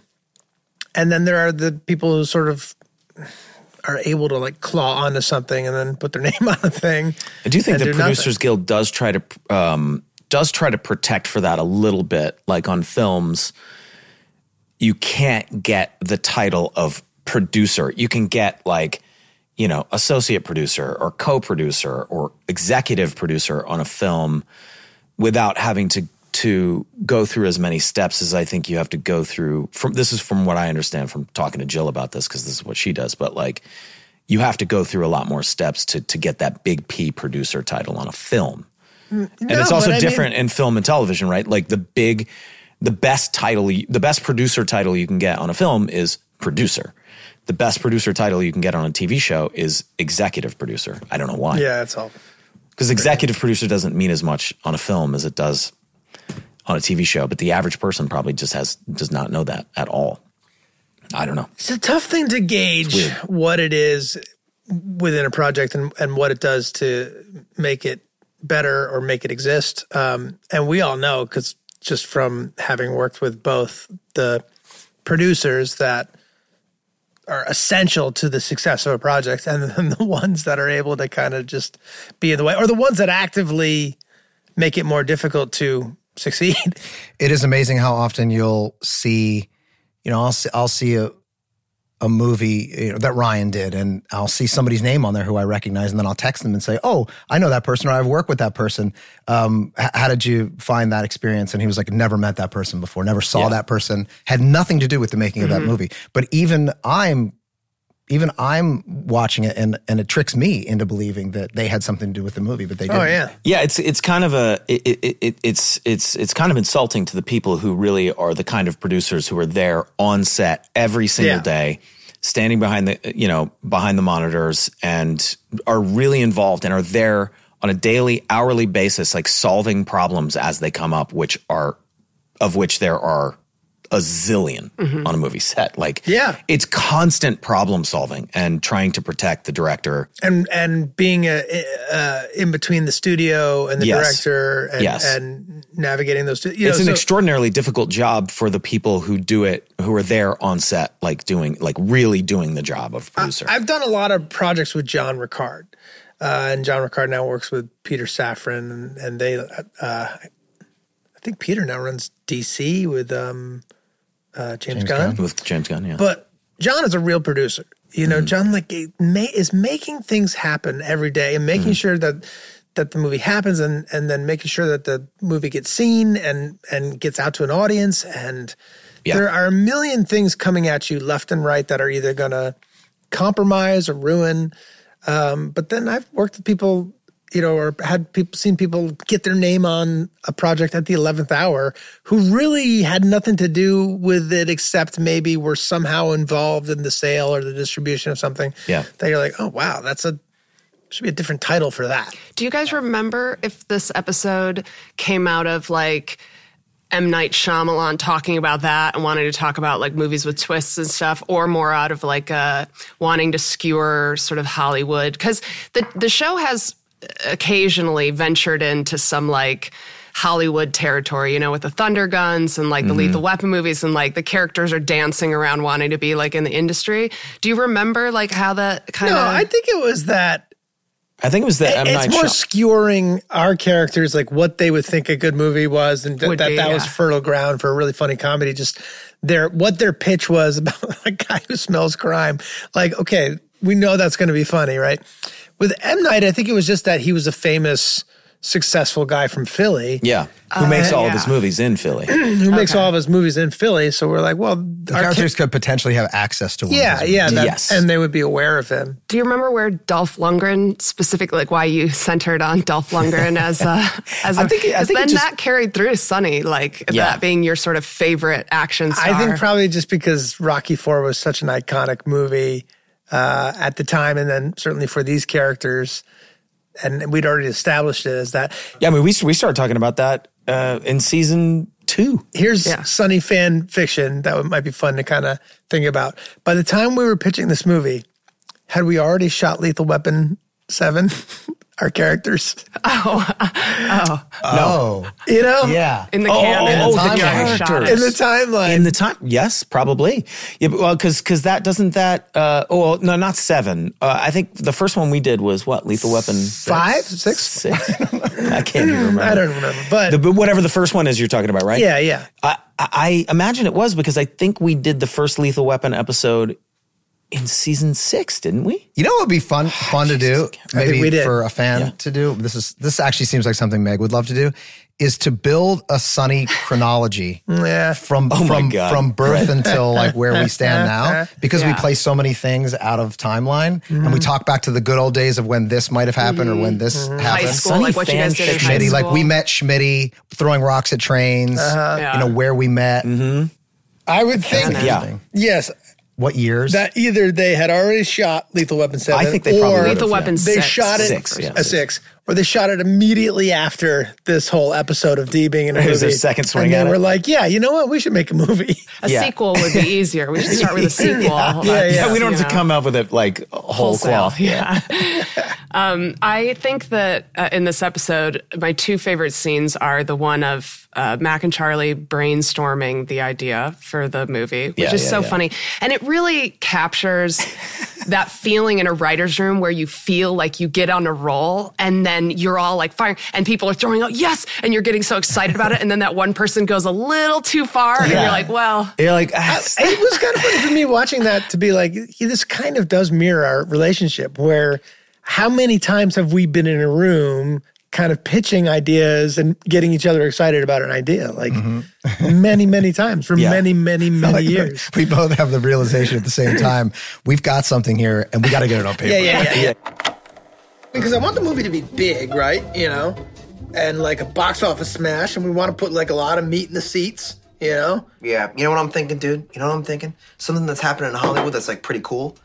and then there are the people who sort of are able to like claw onto something and then put their name on a thing.
I do think
and
the
do nothing.
Producers Guild does try to um, does try to protect for that a little bit. Like on films, you can't get the title of producer. You can get like you know associate producer or co-producer or executive producer on a film without having to to go through as many steps as I think you have to go through from this is from what I understand from talking to Jill about this because this is what she does but like you have to go through a lot more steps to to get that big P producer title on a film and it's
Mm, No,
also
but I mean-
different in film and television right like the big the best title you- the best producer title you can get on a film is producer the best producer title you can get on a TV show is executive producer I don't know why
Yeah, that's all.
because executive producer doesn't mean as much on a film as it does on a TV show, but the average person probably just has does not know that at all. I don't know.
It's a tough thing to gauge
weird.
what it is within a project and, and what it does to make it better or make it exist. Um, and we all know because just from having worked with both the producers that are essential to the success of a project and then the ones that are able to kind of just be in the way or the ones that actively make it more difficult to succeed.
it is amazing how often you'll see, you know, I'll see, I'll see a a movie you know, that Ryan did, and I'll see somebody's name on there who I recognize, and then I'll text them and say, "Oh, I know that person, or I've worked with that person. Um, h- how did you find that experience?" And he was like, "Never met that person
Mm-hmm.
before, never saw that person, had nothing to do with the making of that movie." But even I'm even I'm watching it and and it tricks me into believing that they had something to do with the movie, but they didn't.
Oh yeah.
Yeah, it's it's kind of a it, it, it, it's it's it's kind of insulting to the people who really are the kind of producers who are there on set every single
Yeah.
day, standing behind the you know behind the monitors and are really involved and are there on a daily hourly basis, like solving problems as they come up, which are of which there are a zillion on a movie set. Like
Mm-hmm. Yeah.
it's constant problem solving and trying to protect the director
and and being a, uh, in between the studio and the
Yes.
director and,
Yes.
and navigating those two. You
it's
know,
an
so-
extraordinarily difficult job for the people who do it, who are there on set, like doing, like really doing the job of producer.
I've done a lot of projects with John Ricard, uh, and John Ricard now works with Peter Safran, and, and they, uh, I think Peter now runs DC with um, uh, James, Gunn.
with James Gunn, yeah. Mm-hmm.
But John is a real producer. You know, John like it ma- is making things happen every day and
Mm-hmm.
making sure that that the movie happens and and then making sure that the movie gets seen and and gets out to an audience and
Yeah.
there are a million things coming at you left and right that are either going to compromise or ruin. Um, but then I've worked with people, you know, or had people seen people get their name on a project at the eleventh hour who really had nothing to do with it except maybe were somehow involved in the sale or the distribution of something.
Yeah.
that you're like, oh wow, that's a should be a different title for that.
Do you guys remember if this episode came out of like M. Night Shyamalan talking about that and wanting to talk about like movies with twists and stuff, or more out of like uh, wanting to skewer sort of Hollywood? Because the, the show has occasionally ventured into some like Hollywood territory, you know, with the Thunder Guns and like the Lethal Weapon movies, and like the characters are dancing around wanting to be like in the industry. Do you remember like how that kind
No,
of.
I think it was that
I think it was the M
it's
Night
more
Shyam-
skewering our characters like what they would think a good movie was and th-
Would
that
be,
that was
yeah.
fertile ground for a really funny comedy just their what their pitch was about a guy who smells crime like okay we know that's going to be funny right with M Night I think it was just that he was a famous successful guy from Philly
yeah, who
Uh,
makes all of his
yeah.
movies in Philly?
who makes all of his movies in Philly so we're like well
The characters could potentially have access to one. of
yeah
those
yeah that-
Yes.
and they would be aware of him
Do you remember where Dolph Lundgren specifically, like why you centered on Dolph Lundgren as a as a?
I think it- I
'cause
think it
then
just-
that carried through to Sonny, like
Yeah.
that being your sort of favorite action star.
I think probably just because Rocky Four was such an iconic movie uh, at the time, and then certainly for these characters, and we'd already established it as that.
yeah, I mean, we we started talking about that uh, in season two.
Here's
Yeah.
sunny fan fiction that might be fun to kind of think about. By the time we were pitching this movie, had we already shot Lethal Weapon Seven? Our characters,
Oh,
you know,
yeah.
in the
Oh,
canon,
oh,
the
you already
characters.
shot it.
in the timeline.
In the time, yes, probably. Yeah, but, well, because because that doesn't that. Uh, oh well, no, not seven. Uh, I think the first one we did was what Lethal Weapon six?
Five? Six?
six. I can't even remember.
I don't remember, but
The, but whatever the first one is you're talking about, right?
yeah, yeah.
I, I I imagine it was because I think we did the first Lethal Weapon episode in season six, didn't we?
You know what would be fun fun to do? Maybe
we did.
for a fan to do. This is this actually seems like something Meg would love to do is to build a sunny chronology
Yeah.
from
my
from
God.
from birth until like where we stand now because we
Yeah.
play so many things out of timeline and we talk back to the good old days of when this might have happened or when this
high
happened.
school,
Sonny
like what you guys did in high
Schmitty,
school.
like we met Schmitty throwing rocks at trains, you
Yeah.
know where we met,
I would think,
Kinda.
Yeah.
Interesting.
yes,
what years.
that either they had already shot Lethal Weapon Seven,
I think they probably
or
would've,
Lethal
yeah.
Weapon
they
six.
shot it
Six, yeah.
a six, or they shot it immediately after this whole episode of D being in a movie.
was their second swing
and they
at it.
were like, "Yeah, you know what? We should make a movie."
A
Yeah.
sequel would be easier. We should start with a sequel. yeah,
yeah.
we don't have to come up with it like a whole cloth.
Yeah. um, I think that uh, in this episode, my two favorite scenes are the one of uh, Mac and Charlie brainstorming the idea for the movie, which
Yeah,
is
yeah,
so
yeah.
funny. And it really captures that feeling in a writer's room where you feel like you get on a roll and then you're all like firing and people are throwing out, yes. And you're getting so excited about it. And then that one person goes a little too far and you're like, well,
You're like, ah,
it was kind of funny for me watching that to be like, yeah, this kind of does mirror our relationship, where how many times have we been in a room kind of pitching ideas and getting each other excited about an idea like many, many times for
Mm-hmm. Yeah.
many, many, many
Like,
years.
We both have the realization at the same time. We've got something here, and we got to get it on paper.
Yeah, yeah, yeah, yeah. Because I want the movie to be big, right? You know, and like a box office smash, and we want to put like a lot of meat in the seats. You know,
Yeah, you know what I'm thinking, dude? You know what I'm thinking? Something that's happening in Hollywood that's like pretty cool.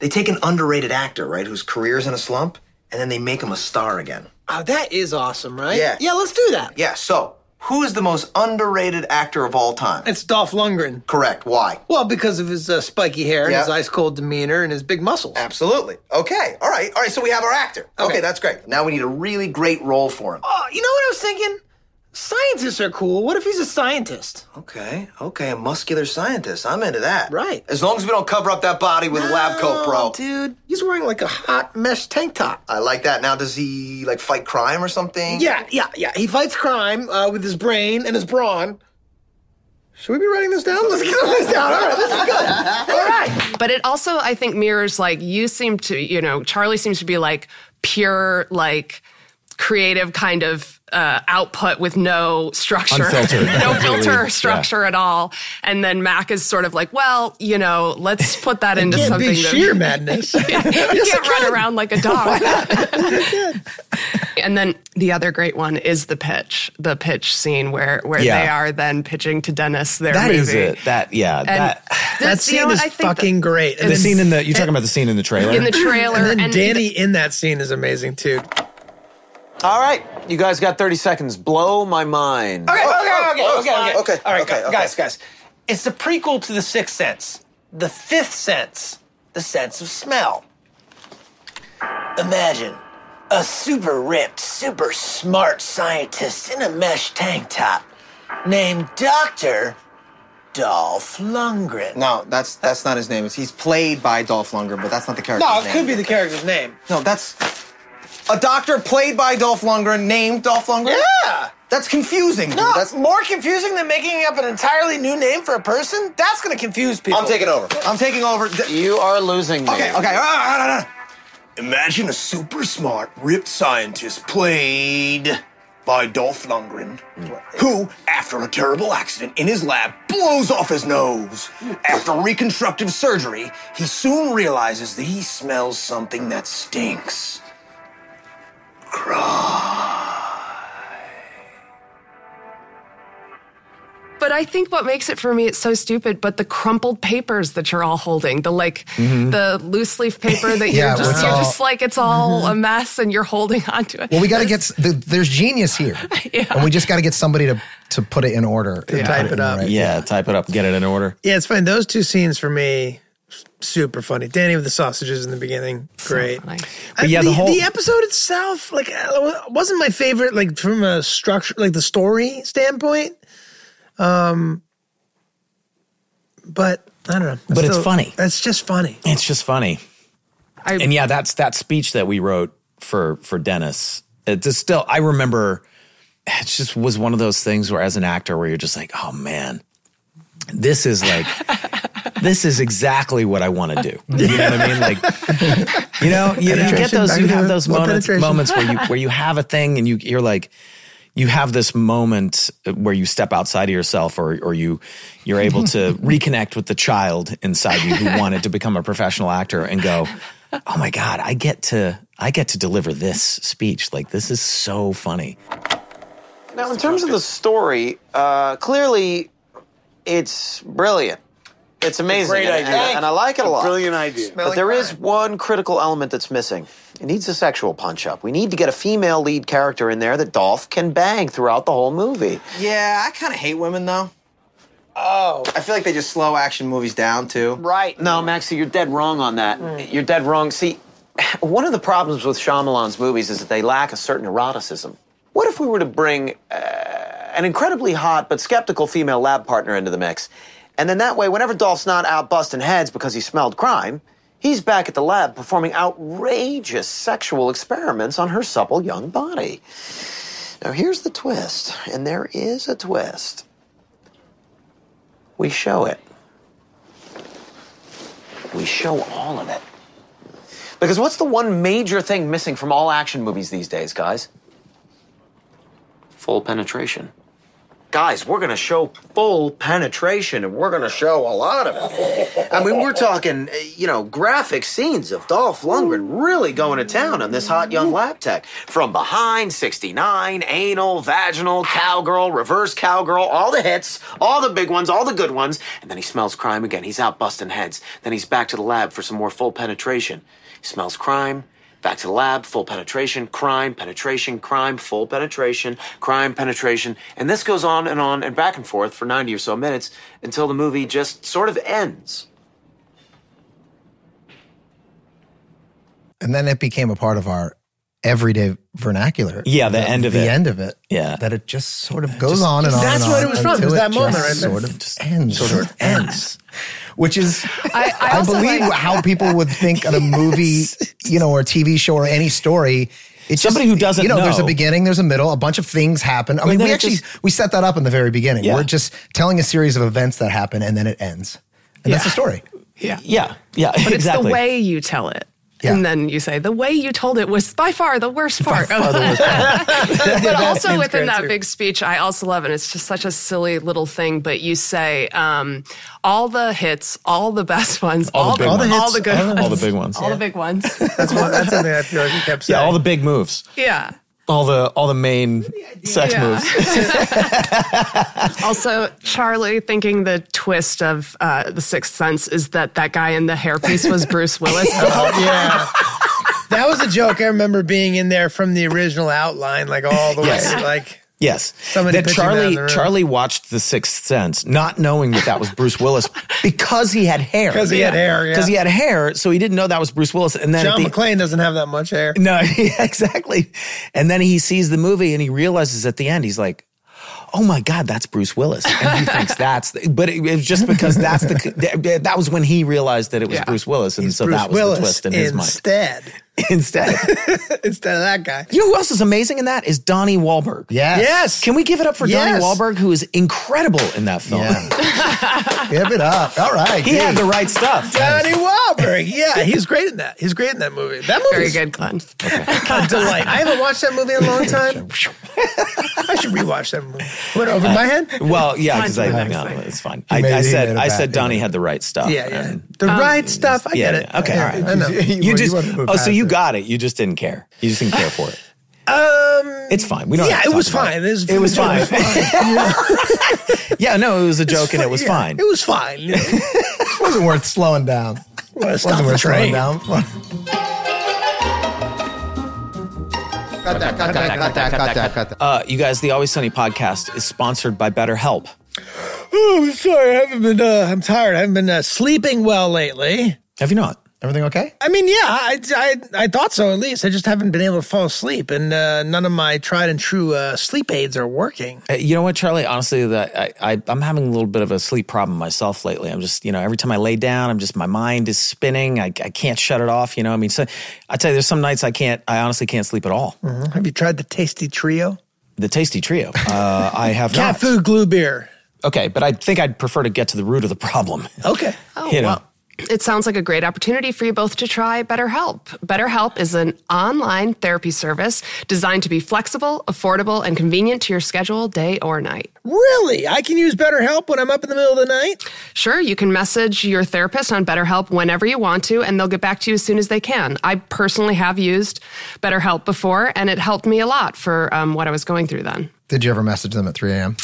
They take an underrated actor, right, whose career's in a slump, and then they make him a star again.
Oh, that is awesome, right?
Yeah.
Yeah, let's do that.
Yeah, so who is the most underrated actor of all time?
it's Dolph Lundgren.
Correct. Why?
Well, because of his uh, spiky hair and his
Yeah.
ice cold demeanor and his big muscles.
Absolutely. Okay. All right. All right. So we have our actor. Okay.
Okay,
that's great. Now we need a really great role for him.
Oh, you know what I was thinking? Scientists are cool. What if he's a scientist?
Okay. Okay. A muscular scientist. I'm into that.
Right.
As long as we don't cover up that body with a lab coat, bro.
Oh, dude, he's wearing like a hot mesh tank top.
I like that. Now, does he like fight crime or something?
Yeah, yeah, yeah. He fights crime uh, with his brain and his brawn. Should we be writing this down? Let's get this down. All right, this is good. All right.
But it also, I think, mirrors like you seem to, you know, Charlie seems to be like pure, like creative kind of uh, output with no structure,
Unfiltered.
no
Completely.
filter
Yeah.
or structure at all. And then Mac is sort of like, well, you know, let's put that into
Can't
something
be
that
sheer madness.
you can't run around like a dog. and then the other great one is the pitch, the pitch scene where where
Yeah.
they are then pitching to Dennis their
That
movie.
is it. That yeah.
And
that
that
that's- you know
scene
what,
is
I think
fucking great. And
the
then-
scene in the you're talking about the scene in the trailer.
in the trailer.
and then
and-
Danny in that scene is amazing too.
All right, you guys got 30 seconds. Blow my mind.
Okay,
oh, oh, oh, okay,
All right,
okay, okay.
guys, guys. It's the prequel to The Sixth Sense, the fifth sense, the sense of smell. Imagine a super ripped, super smart scientist in a mesh tank top named Dr. Dolph Lundgren.
No, that's that's not his name. It's- He's played by Dolph Lundgren, but that's not the character.
No, it could be the character's name.
No, that's a doctor played by Dolph Lundgren named Dolph Lundgren.
Yeah!
That's confusing. dude.
No,
That's
that's more confusing than making up an entirely new name for a person. That's gonna confuse people.
I'm taking over.
I'm taking over. Th-
You are losing me.
Okay, okay. Ah, ah, ah, ah.
Imagine a super smart, ripped scientist played by Dolph Lundgren, who, after a terrible accident in his lab, blows off his nose. After reconstructive surgery, he soon realizes that he smells something that stinks.
But I think what makes it for me, it's so stupid, but the crumpled papers that you're all holding, the like, the loose leaf paper that
Yeah,
you're
it's
just, you're
all-
just like, it's all a mess and you're holding onto it.
Well, we got to get s- the, there's genius here, and we just got to get somebody to to put it in order, to
type it up.
yeah, type it up, get it in order.
Yeah, it's fine. Those two scenes for me, s- super funny. Danny with the sausages in the beginning, great.
funny.
I-
yeah, the
Uh, the,
whole-
episode itself, like, uh, wasn't my favorite. Like from a structure, like the story standpoint. Um, but I don't know. I
But it's funny.
It's just funny.
It's just funny.
I,
And yeah, that's that speech that we wrote for for Dennis. It's just still I remember it just was one of those things where as an actor where you're just like, "Oh man, this is like this is exactly what I want to do." You know what I mean? Like you know, you, you get
Penetration,
those
back
you
to
have
the-
those
more
moments
penetration.
moments where you where you have a thing and you you're like you have this moment where you step outside of yourself or or you you're able to reconnect with the child inside you who wanted to become a professional actor and go oh my god i get to i get to deliver this speech like this is so funny
Now, in terms of the story, uh, clearly it's brilliant. It's amazing.
great
and,
idea.
and- and I like it a lot.
Brilliant idea.
But there is one critical element that's missing. It needs a sexual punch up. We need to get a female lead character in there that Dolph can bang throughout the whole movie.
Yeah, I kind of hate women though. Oh. I feel like they just slow action movies down too.
Right. No, Maxie, you're dead wrong on that. You're dead wrong. See, one of the problems with Shyamalan's movies is that they lack a certain eroticism. What if we were to bring uh, an incredibly hot but skeptical female lab partner into the mix? And then that way, whenever Dolph's not out busting heads because he smelled crime, he's back at the lab performing outrageous sexual experiments on her supple young body. Now, here's the twist, and there is a twist. We show it we show all of it. Because what's the one major thing missing from all action movies these days, guys? full penetration.
Guys, we're going to show full penetration and we're going to show a lot of it. I mean, we're talking, uh, you know, graphic scenes of Dolph Lundgren really going to town on this hot young lap tech. From behind, 69, anal, vaginal, cowgirl, reverse cowgirl, all the hits, all the big ones, all the good ones.
And then he smells crime again. He's out busting heads. Then he's back to the lab for some more full penetration. He smells crime, back to the lab, full penetration, crime, penetration, crime, full penetration, crime, penetration. And this goes on and on and back and forth for 90 or so minutes until the movie just sort of ends.
And then it became a part of our everyday vernacular.
Yeah, the end of
the
it.
end of it.
Yeah.
That it just sort of goes on and on.
That's
and
what
on
it was from,
until
was that moment
just
right there.
Sort of just ends. Sort of ends. Which is,
I, I,
I,
also
believe,
like-
how people would think of a movie, you know, or a TV show or any story. It's
Somebody
just,
who doesn't
you know, there's a
know.
beginning, there's a middle, a bunch of things happen. I mean,
then
we
it
actually
just-
we set that up in the very beginning.
Yeah.
We're just telling a series of events that happen, and then it ends, and that's the story.
yeah.
Yeah, yeah,
But it's
exactly.
the way you tell it. And then you say the way you told it was by far the worst part. of but also
scene's great,
within that
too.
big speech, I also love it. It's just such a silly little thing, but you say um, all the hits, all the best ones, all,
the big
all, the,
ones.
all the good
All the-
ones,
all the big ones.
all the big ones.
That's one. That's something I feel like you kept saying.
yeah, all the big moves,
yeah.
all the all the main sex
Yeah.
moves.
Also, Charlie thinking the twist of uh, the Sixth Sense is that that guy in the hairpiece was Bruce Willis.
yeah. That was a joke. I remember being in there from the original outline, like all the
Yes.
way, like
Yes,
Somebody
that
pitching down
Charlie
the room.
Charlie watched The Sixth Sense, not knowing that that was Bruce Willis because he had hair.
'Cause he had hair, yeah.
Because he had hair, so he didn't know that was Bruce Willis. And then at
John
the-
McClane doesn't have that much hair.
No, yeah, exactly. And then he sees the movie and he realizes at the end, he's like, oh my God, that's Bruce Willis. And he thinks that's, the, but it, it was just because that's the, that, that was when he realized that it was
Yeah.
Bruce Willis. And so
Bruce
that was
Willis
the twist in his mind.
instead,
Instead.
instead of that guy.
you know who else is amazing in that? Is Donnie Wahlberg.
Yes.
Yes.
Can we give it up for
Yes.
Donnie Wahlberg, who is incredible in that film?
Yeah. Give it up. All right.
He had the right stuff.
Johnny Wahlberg. Yeah, he's great in that. He's great in that movie. That movie
Very
is
good, Glenn.
a delight. I haven't watched that movie in a long time. I should rewatch that movie. Went over my head?
Well, yeah, because I,
Fine.
no, it's fine. I,
made-
I
he
said,
made a
I
bad-
said
he
Donnie
made a-
had the right stuff.
Yeah, yeah.
and-
The
um,
right stuff. I
Um, yeah,
get it.
yeah. Okay,
Yeah,
all right.
I know.
You-
you
you
just
wanted to move
oh so
past
you
it.
got it you just didn't care you just didn't care for it
Um,
it's fine we don't
yeah,
have to
it
talk
was
about
fine. It was,
it was fine yeah no it was a joke and it was
Yeah,
fine
It was fine. you know.
It wasn't worth slowing down.
Well, it's not
wasn't
the
worth slowing
train.
down.
uh, you guys the always sunny podcast is sponsored by betterhelp
Oh, I'm sorry. I haven't been. Uh, I'm tired. I haven't been uh, sleeping well lately.
have you not
Everything okay?
I mean, yeah, I, I I thought so at least. I just haven't been able to fall asleep, and uh, none of my tried and true uh, sleep aids are working.
Uh, you know what charlie honestly that I, I i'm having a little bit of a sleep problem myself lately i'm just you know every time i lay down i'm just my mind is spinning i, I can't shut it off you know i mean so i tell you there's some nights i can't i honestly can't sleep at all
Have you tried the Tasty Trio?
the tasty trio uh, i have
Cat
not
food, glue beer.
Okay, but I think I'd prefer to get to the root of the problem.
Okay.
Oh,
You know.
well, it sounds like a great opportunity for you both to try BetterHelp. BetterHelp is an online therapy service designed to be flexible, affordable, and convenient to your schedule, day or night.
Really, I can use BetterHelp when I'm up in the middle of the night.
Sure, you can message your therapist on BetterHelp whenever you want to, and they'll get back to you as soon as they can. I personally have used BetterHelp before, and it helped me a lot for um, what I was going through then.
Did you ever message them at 3 a.m.?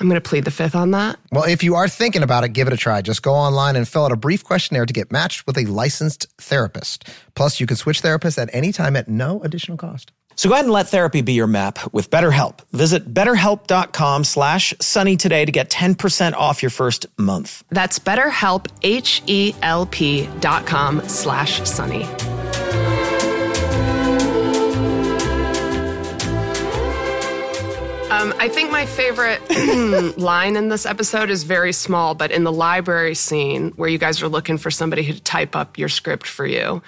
I'm going to plead the fifth on that.
Well, if you are thinking about it, give it a try. Just go online and fill out a brief questionnaire to get matched with a licensed therapist. Plus, you can switch therapists at any time at no additional cost.
So go ahead and let therapy be your map with BetterHelp. Visit betterhelp.com slash sunny today to get 10% off your first month.
That's BetterHelp, H-E-L-P dot com slash Sunny. Um, I think my favorite line in this episode is very small, but in the library scene where you guys are looking for somebody to type up your script for you,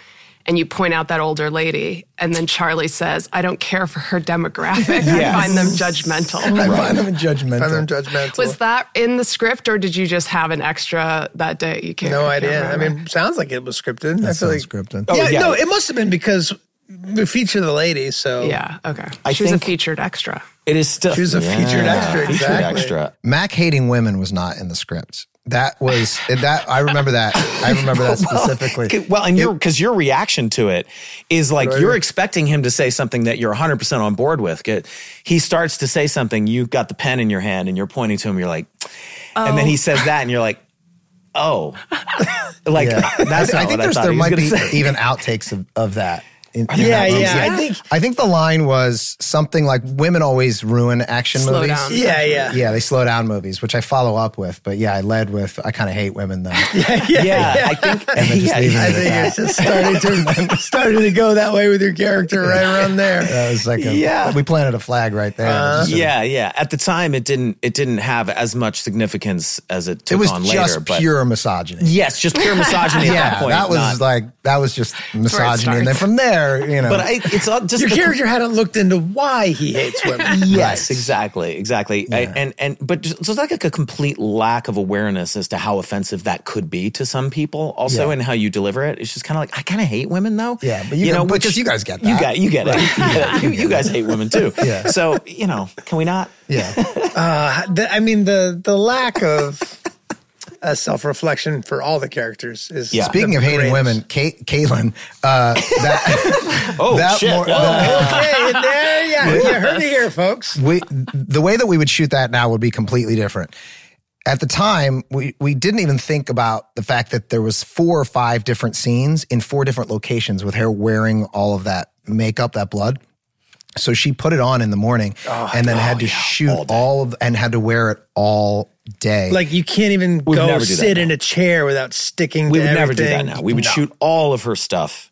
and you point out that older lady, and then Charlie says, I don't care for her demographic. I find them judgmental.
I find them judgmental.
Find them judgmental.
Was that in the script, or did you just have an extra that day? You can't.
no
I
idea.
can't
I
remember.
mean, sounds like it was scripted.
That
I feel
sounds
like
scripted.
Oh, yeah,
yeah.
no, it must have been because We feature the lady, so
yeah, okay.
I
she was
think-
a featured extra.
It is still.
She was a featured extra,
Featured
exactly.
extra.
Mac hating women was not in the script. That was that I remember that. I remember that specifically.
Okay, Well, and your because your reaction to it is like
Right.
you're expecting him to say something that you're 100 percent on board with. Get- He starts to say something, you've got the pen in your hand, and you're pointing to him. You're like, and then
Oh.
he says that, and you're like, oh, like that's
I,
not
I think
what I
there's,
thought
there
he was
might
gonna
be
say.
even outtakes of, of that. in- in
Yeah,
that movie.
yeah, I think-
I think the line was something like "Women always ruin action
Slow
movies."
down.
yeah, yeah,
Yeah, they slow down movies, which I follow up with. But yeah, I led with "I kind of hate women though."
yeah,
yeah, I think.
And then just
yeah,
leave it
I
at
think
that.
it's just starting to starting to go that way with your character right around there.
That was like a,
Yeah.
we planted a flag right there. It was just a-
yeah, yeah. At the time, it didn't. It didn't have as much significance as it
it
took
was
on
just
later. But
pure misogyny.
yes, just pure misogyny at that
Yeah,
point.
that was
not-
like that was just
where it
misogyny, and then
starts.
from there, you know.
But I, it's all just
Your
the-
character hadn't looked into why he hates women.
Yes, exactly, exactly. I- and and but just, so it's like a complete lack of awareness as to how offensive that could be to some people, also,
Yeah.
and how you deliver it. It's just kind of like I kind of hate women though.
Yeah, but you can- but just you guys get
You
that.
got you get it. You, get it. You- you guys hate women too.
Yeah.
So you know, can we not?
yeah.
The- I mean, the the lack of uh, self reflection for all the characters is
Yeah.
the
Speaking of hating
greatest.
women, Kate, Caitlin, uh, that,
Oh
that
shit!
more-
Whoa.
that-
Okay, there, yeah, you heard it here, folks.
we, the way that we would shoot that now would be completely different. At the time, we, we didn't even think about the fact that there was four or five different scenes in four different locations with her wearing all of that makeup, that blood. So she put it on in the morning
Oh,
and then had to shoot all, of and had to wear it all day.
Like you can't even
would
go
never do that
sit
now.
in a chair without sticking.
we
to
would never do that
everything.
now. We would shoot all of her stuff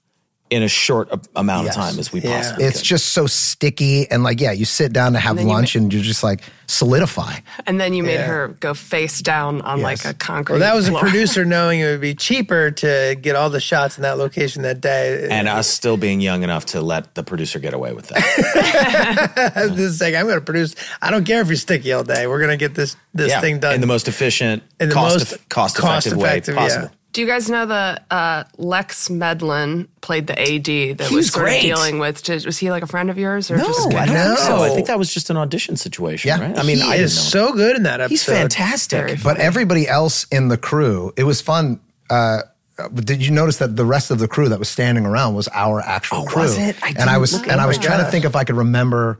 in as short a- amount
Yes.
of time as we
Yeah.
possibly.
it's just so sticky and like yeah, you sit down to have
then you
lunch and you're just like solidify.
And then you made her go face down on like a concrete.
Well, that was a
floor.
producer knowing it would be cheaper to get all the shots in that location that day.
and uh, us still being young enough to let the producer get away with that.
And this thing, I'm going to produce. I don't care if you're sticky all day. We're going to get this this
Yeah,
thing done
in the most efficient,
in the
cost,
most
eff- cost-effective
cost-effective,
way possible.
Do you guys know the uh, Lex Medlin played the AD that was
He was
sort of
great.
dealing with? Did, was he like a friend of yours or
No,
just?
I don't think so.
No.
I think that was just an audition situation,
Yeah.
right? I mean,
he
I
is
didn't know.
so good in that episode.
He's
Very
fantastic.
But everybody else in the crew, it was fun. Uh, uh, did you notice that the rest of the crew that was standing around was our actual
Oh,
crew?
was it? I
and I
didn't
was
look
and
at
I was
that.
trying to think if I could remember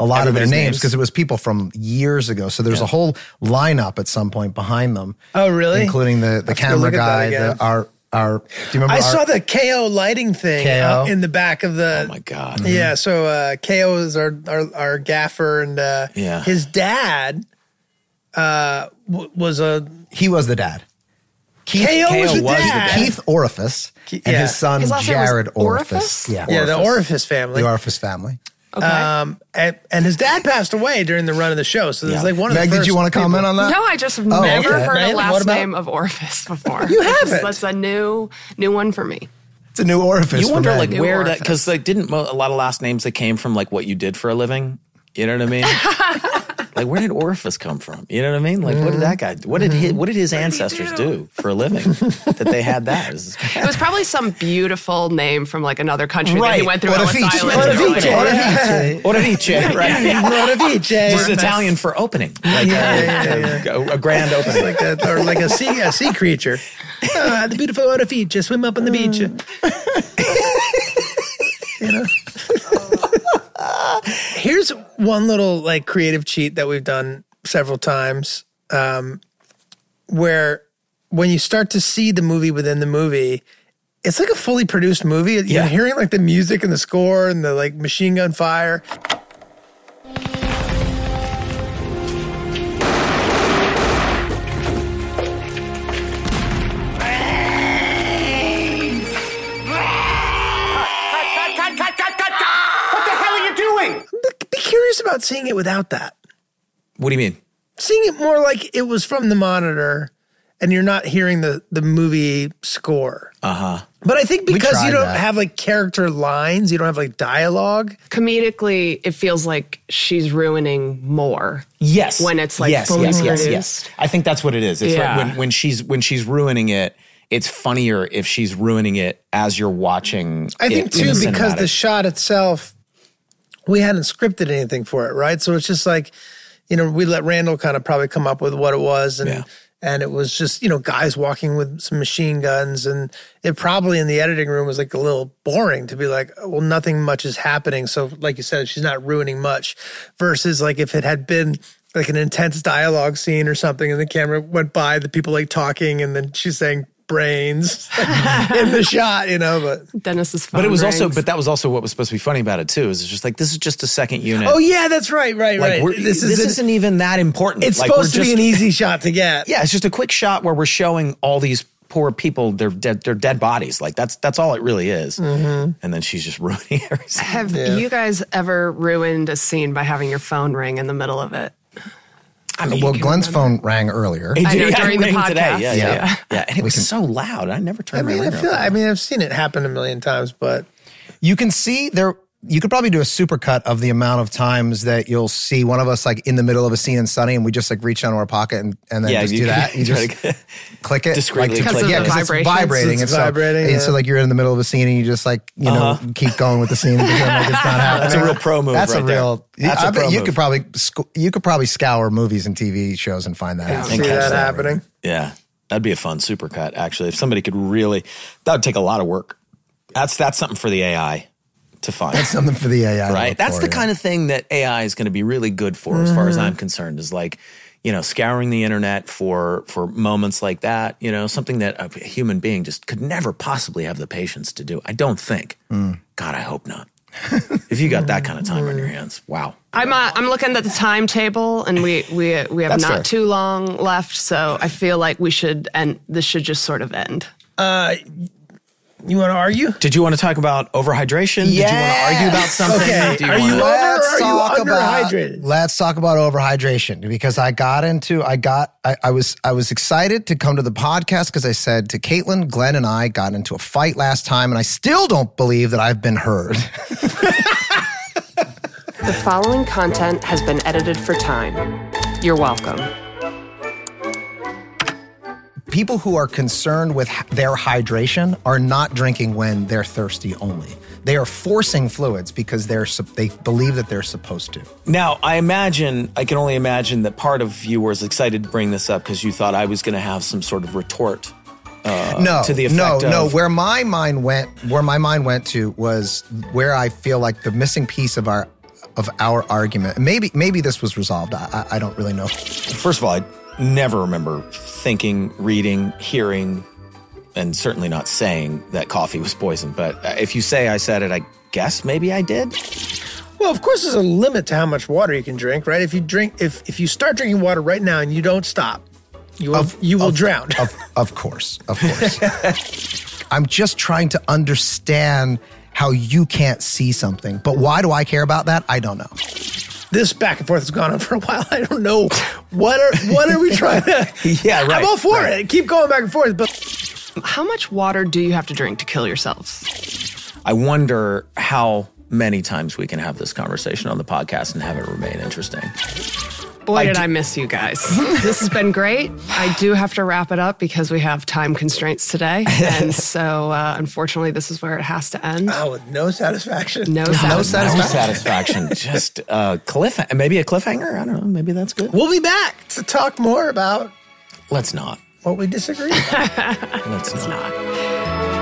a lot of
Everybody's
their names
names.
because it was people from years ago. So there's a whole lineup at some point behind them.
Oh, really?
Including the the
have to go
camera
look at that
guy,
again.
the, our our. Do you remember?
I
our-
saw the KO lighting thing
KO.
uh, in the back of the.
Oh my god.
Yeah, so uh, KO is our, our our gaffer, and uh,
Yeah.
his dad uh, w- was a
He was the dad. Keith,
KO, was
KO
the
was the
dad.
Keith Orifice
Ke-
and
yeah.
his son
His last name was
Jared
Orifice?
Orifice. Yeah,
yeah, the Orifice
the
family.
Orifice family.
Okay.
um, and, and his dad passed away during the run of the show, so there's
Yeah.
like one of
Meg,
the.
did you
first
want to comment
people-
on that?
No, I just
Oh,
never
okay.
heard
Nathan, what
a last
about-
name of Orpheus before.
You
It's just-
haven't.
That's a new new one for me.
It's a new orifice.
You
for
wonder
men.
like
New
where that
orifice.
because like didn't mo- a lot of last names that came from like what you did for a living. You know what I mean? like where did Orifice come from? You know what I mean? Like what did that guy? What did his, what did his ancestors do? for a living that they had that? It's-
It was probably some beautiful name from like another country that he
Right.
went through
What
Ellis
if he-
Island.
what
and
if
you're
he-
like,
Yeah. what if he-
Orifice, right? Just
Orifice.
Italian for opening, like
Yeah,
uh,
yeah,
a, a grand opening.
like that, or like a sea, a sea creature. Ah, the beautiful Orifice swim up on the beach.
Mm.
You know? Here's one little like creative cheat that we've done several times, um, where when you start to see the movie within the movie. It's like a fully produced movie. You're
Yeah.
hearing like the music and the score and the like machine gun fire. Be curious about seeing it without that.
What do you mean?
seeing it more like it was from the monitor and you're not hearing the the movie score. Uh-huh. But I think because
tried
you don't
that.
have like character lines, you don't have like dialogue.
Comedically, it feels like she's ruining more.
Yes.
When it's, like, fully produced.
I think that's what it is. It's
Yeah.
like when, when she's when she's ruining it, it's funnier if she's ruining it as you're watching.
I think
it in
too
the
because the
cinematic.
shot itself, we hadn't scripted anything for it, right? So it's just like, you know, we let Randall kind of probably come up with what it was, and and it was just you know guys walking with some machine guns, and it probably in the editing room was like a little boring to be like, well, nothing much is happening. So like you said, she's not ruining much, versus like if it had been. Like an intense dialogue scene or something, and the camera went by, the people like talking, and then she's saying brains in the shot, you know. But
Dennis is.
but it was also, but that was also what was supposed to be funny about it too. Is it's just like this is just a second unit.
Oh yeah, that's right, right,
Like,
right.
we're- this isn't even that important.
It's
Like, we're
supposed to be
just-
an e-, easy shot to get.
Yeah, it's just a quick shot where we're showing all these poor people their dead their dead bodies. Like that's that's all it really is.
Mhm.
And then she's just ruining everything.
Have you guys ever ruined a scene by having your phone ring in the middle of it?
well, Glenn's phone rang earlier.
It I did. know, during the
Ring
podcast.
Yeah, yeah,
Yeah.
yeah. Yeah, And it
We
was
can-
so loud. I
I
never turned
mean,
my
I
ringer
feel. I mean, I've seen it happen a million times, but
You can see there. You could probably do a supercut of the amount of times that you'll see one of us like in the middle of a scene and sunny, and we just like reach down to our pocket and, and then
Yeah,
just
you
do
can
that. You
try to
just click it
discreetly
to
click
click-
it.
yeah, because it's
Vibrations.
vibrating.
It's
and so,
vibrating,
and so,
yeah.
like you're in the middle of a scene and you just like you
Uh-huh.
know keep going with the scene. and pretend like it's not happening.
That's a real pro move
That's a
right there.
real.
That's
I
a
bet
pro
you
move.
could probably sc- you could probably scour movies and TV shows and find that.
I
out.
think that's that. Yeah. That'd be a fun supercut, actually. If somebody could really that would take a lot of work. That's that's something for the AI to find.
That's something for the AI. to
right?
look
That's
for,
the
yeah.
kind of thing that AI is going to be really good for, as far as
Mhm.
I'm concerned, is like, you know, scouring the internet for for moments like that. You know, something that a human being just could never possibly have the patience to do. I don't think. God, I hope not. if you got that kind of time on your hands, wow.
I'm uh, I'm looking at the timetable, and we we we have
That's
not
fair.
too long left, so I feel like we should end. This should just sort of end.
uh, you want to argue?
Did you want to talk about overhydration? Did you want to argue about something? Do wanna-
Let's talk about-
underhydrated?
Let's talk about overhydration because I got into I got I, I was I was excited to come to the podcast because I said to Caitlin, Glenn, and I got into a fight last time, and I still don't believe that I've been heard.
The following content has been edited for time. You're welcome.
People who are concerned with h- their hydration are not drinking when they're thirsty only. They are forcing fluids because they're sup- they believe that they're supposed to.
Now, I imagine, I can only imagine that part of you was excited to bring this up because you thought I was going to have some sort of retort uh,
no,
to the
no,
effect of.
no. Where my mind went, where my mind went to was where I feel like the missing piece of our of our argument. Maybe maybe this was resolved. I, I I don't really know.
First of all, I never remember thinking, reading, hearing, and certainly not saying that coffee was poison. But uh, if you say I said it, I guess maybe I did.
Well, of course, there's a limit to how much water you can drink, right? If you drink, if if you start drinking water right now and you don't stop, you will, you will drown.
Of of course, of course. I'm just trying to understand how you can't see something. But why do I care about that? I don't know.
This back and forth has gone on for a while. I don't know what are what are we trying to.
yeah,
I'm all for it. Keep going back and forth, but
How much water do you have to drink to kill yourselves?
I wonder how many times we can have this conversation on the podcast and have it remain interesting.
Boy,
I
did
do-
I miss you guys. this has been great. I do have to wrap it up because we have time constraints today. And so, uh, unfortunately, this is where it has to end.
Oh, with no satisfaction.
No,
No
satisfaction.
satisfaction. Just a cliff, maybe a cliffhanger. I don't know. Maybe that's good.
we'll be back to talk more about
Let's not.
what we disagree about.
Let's not.
not.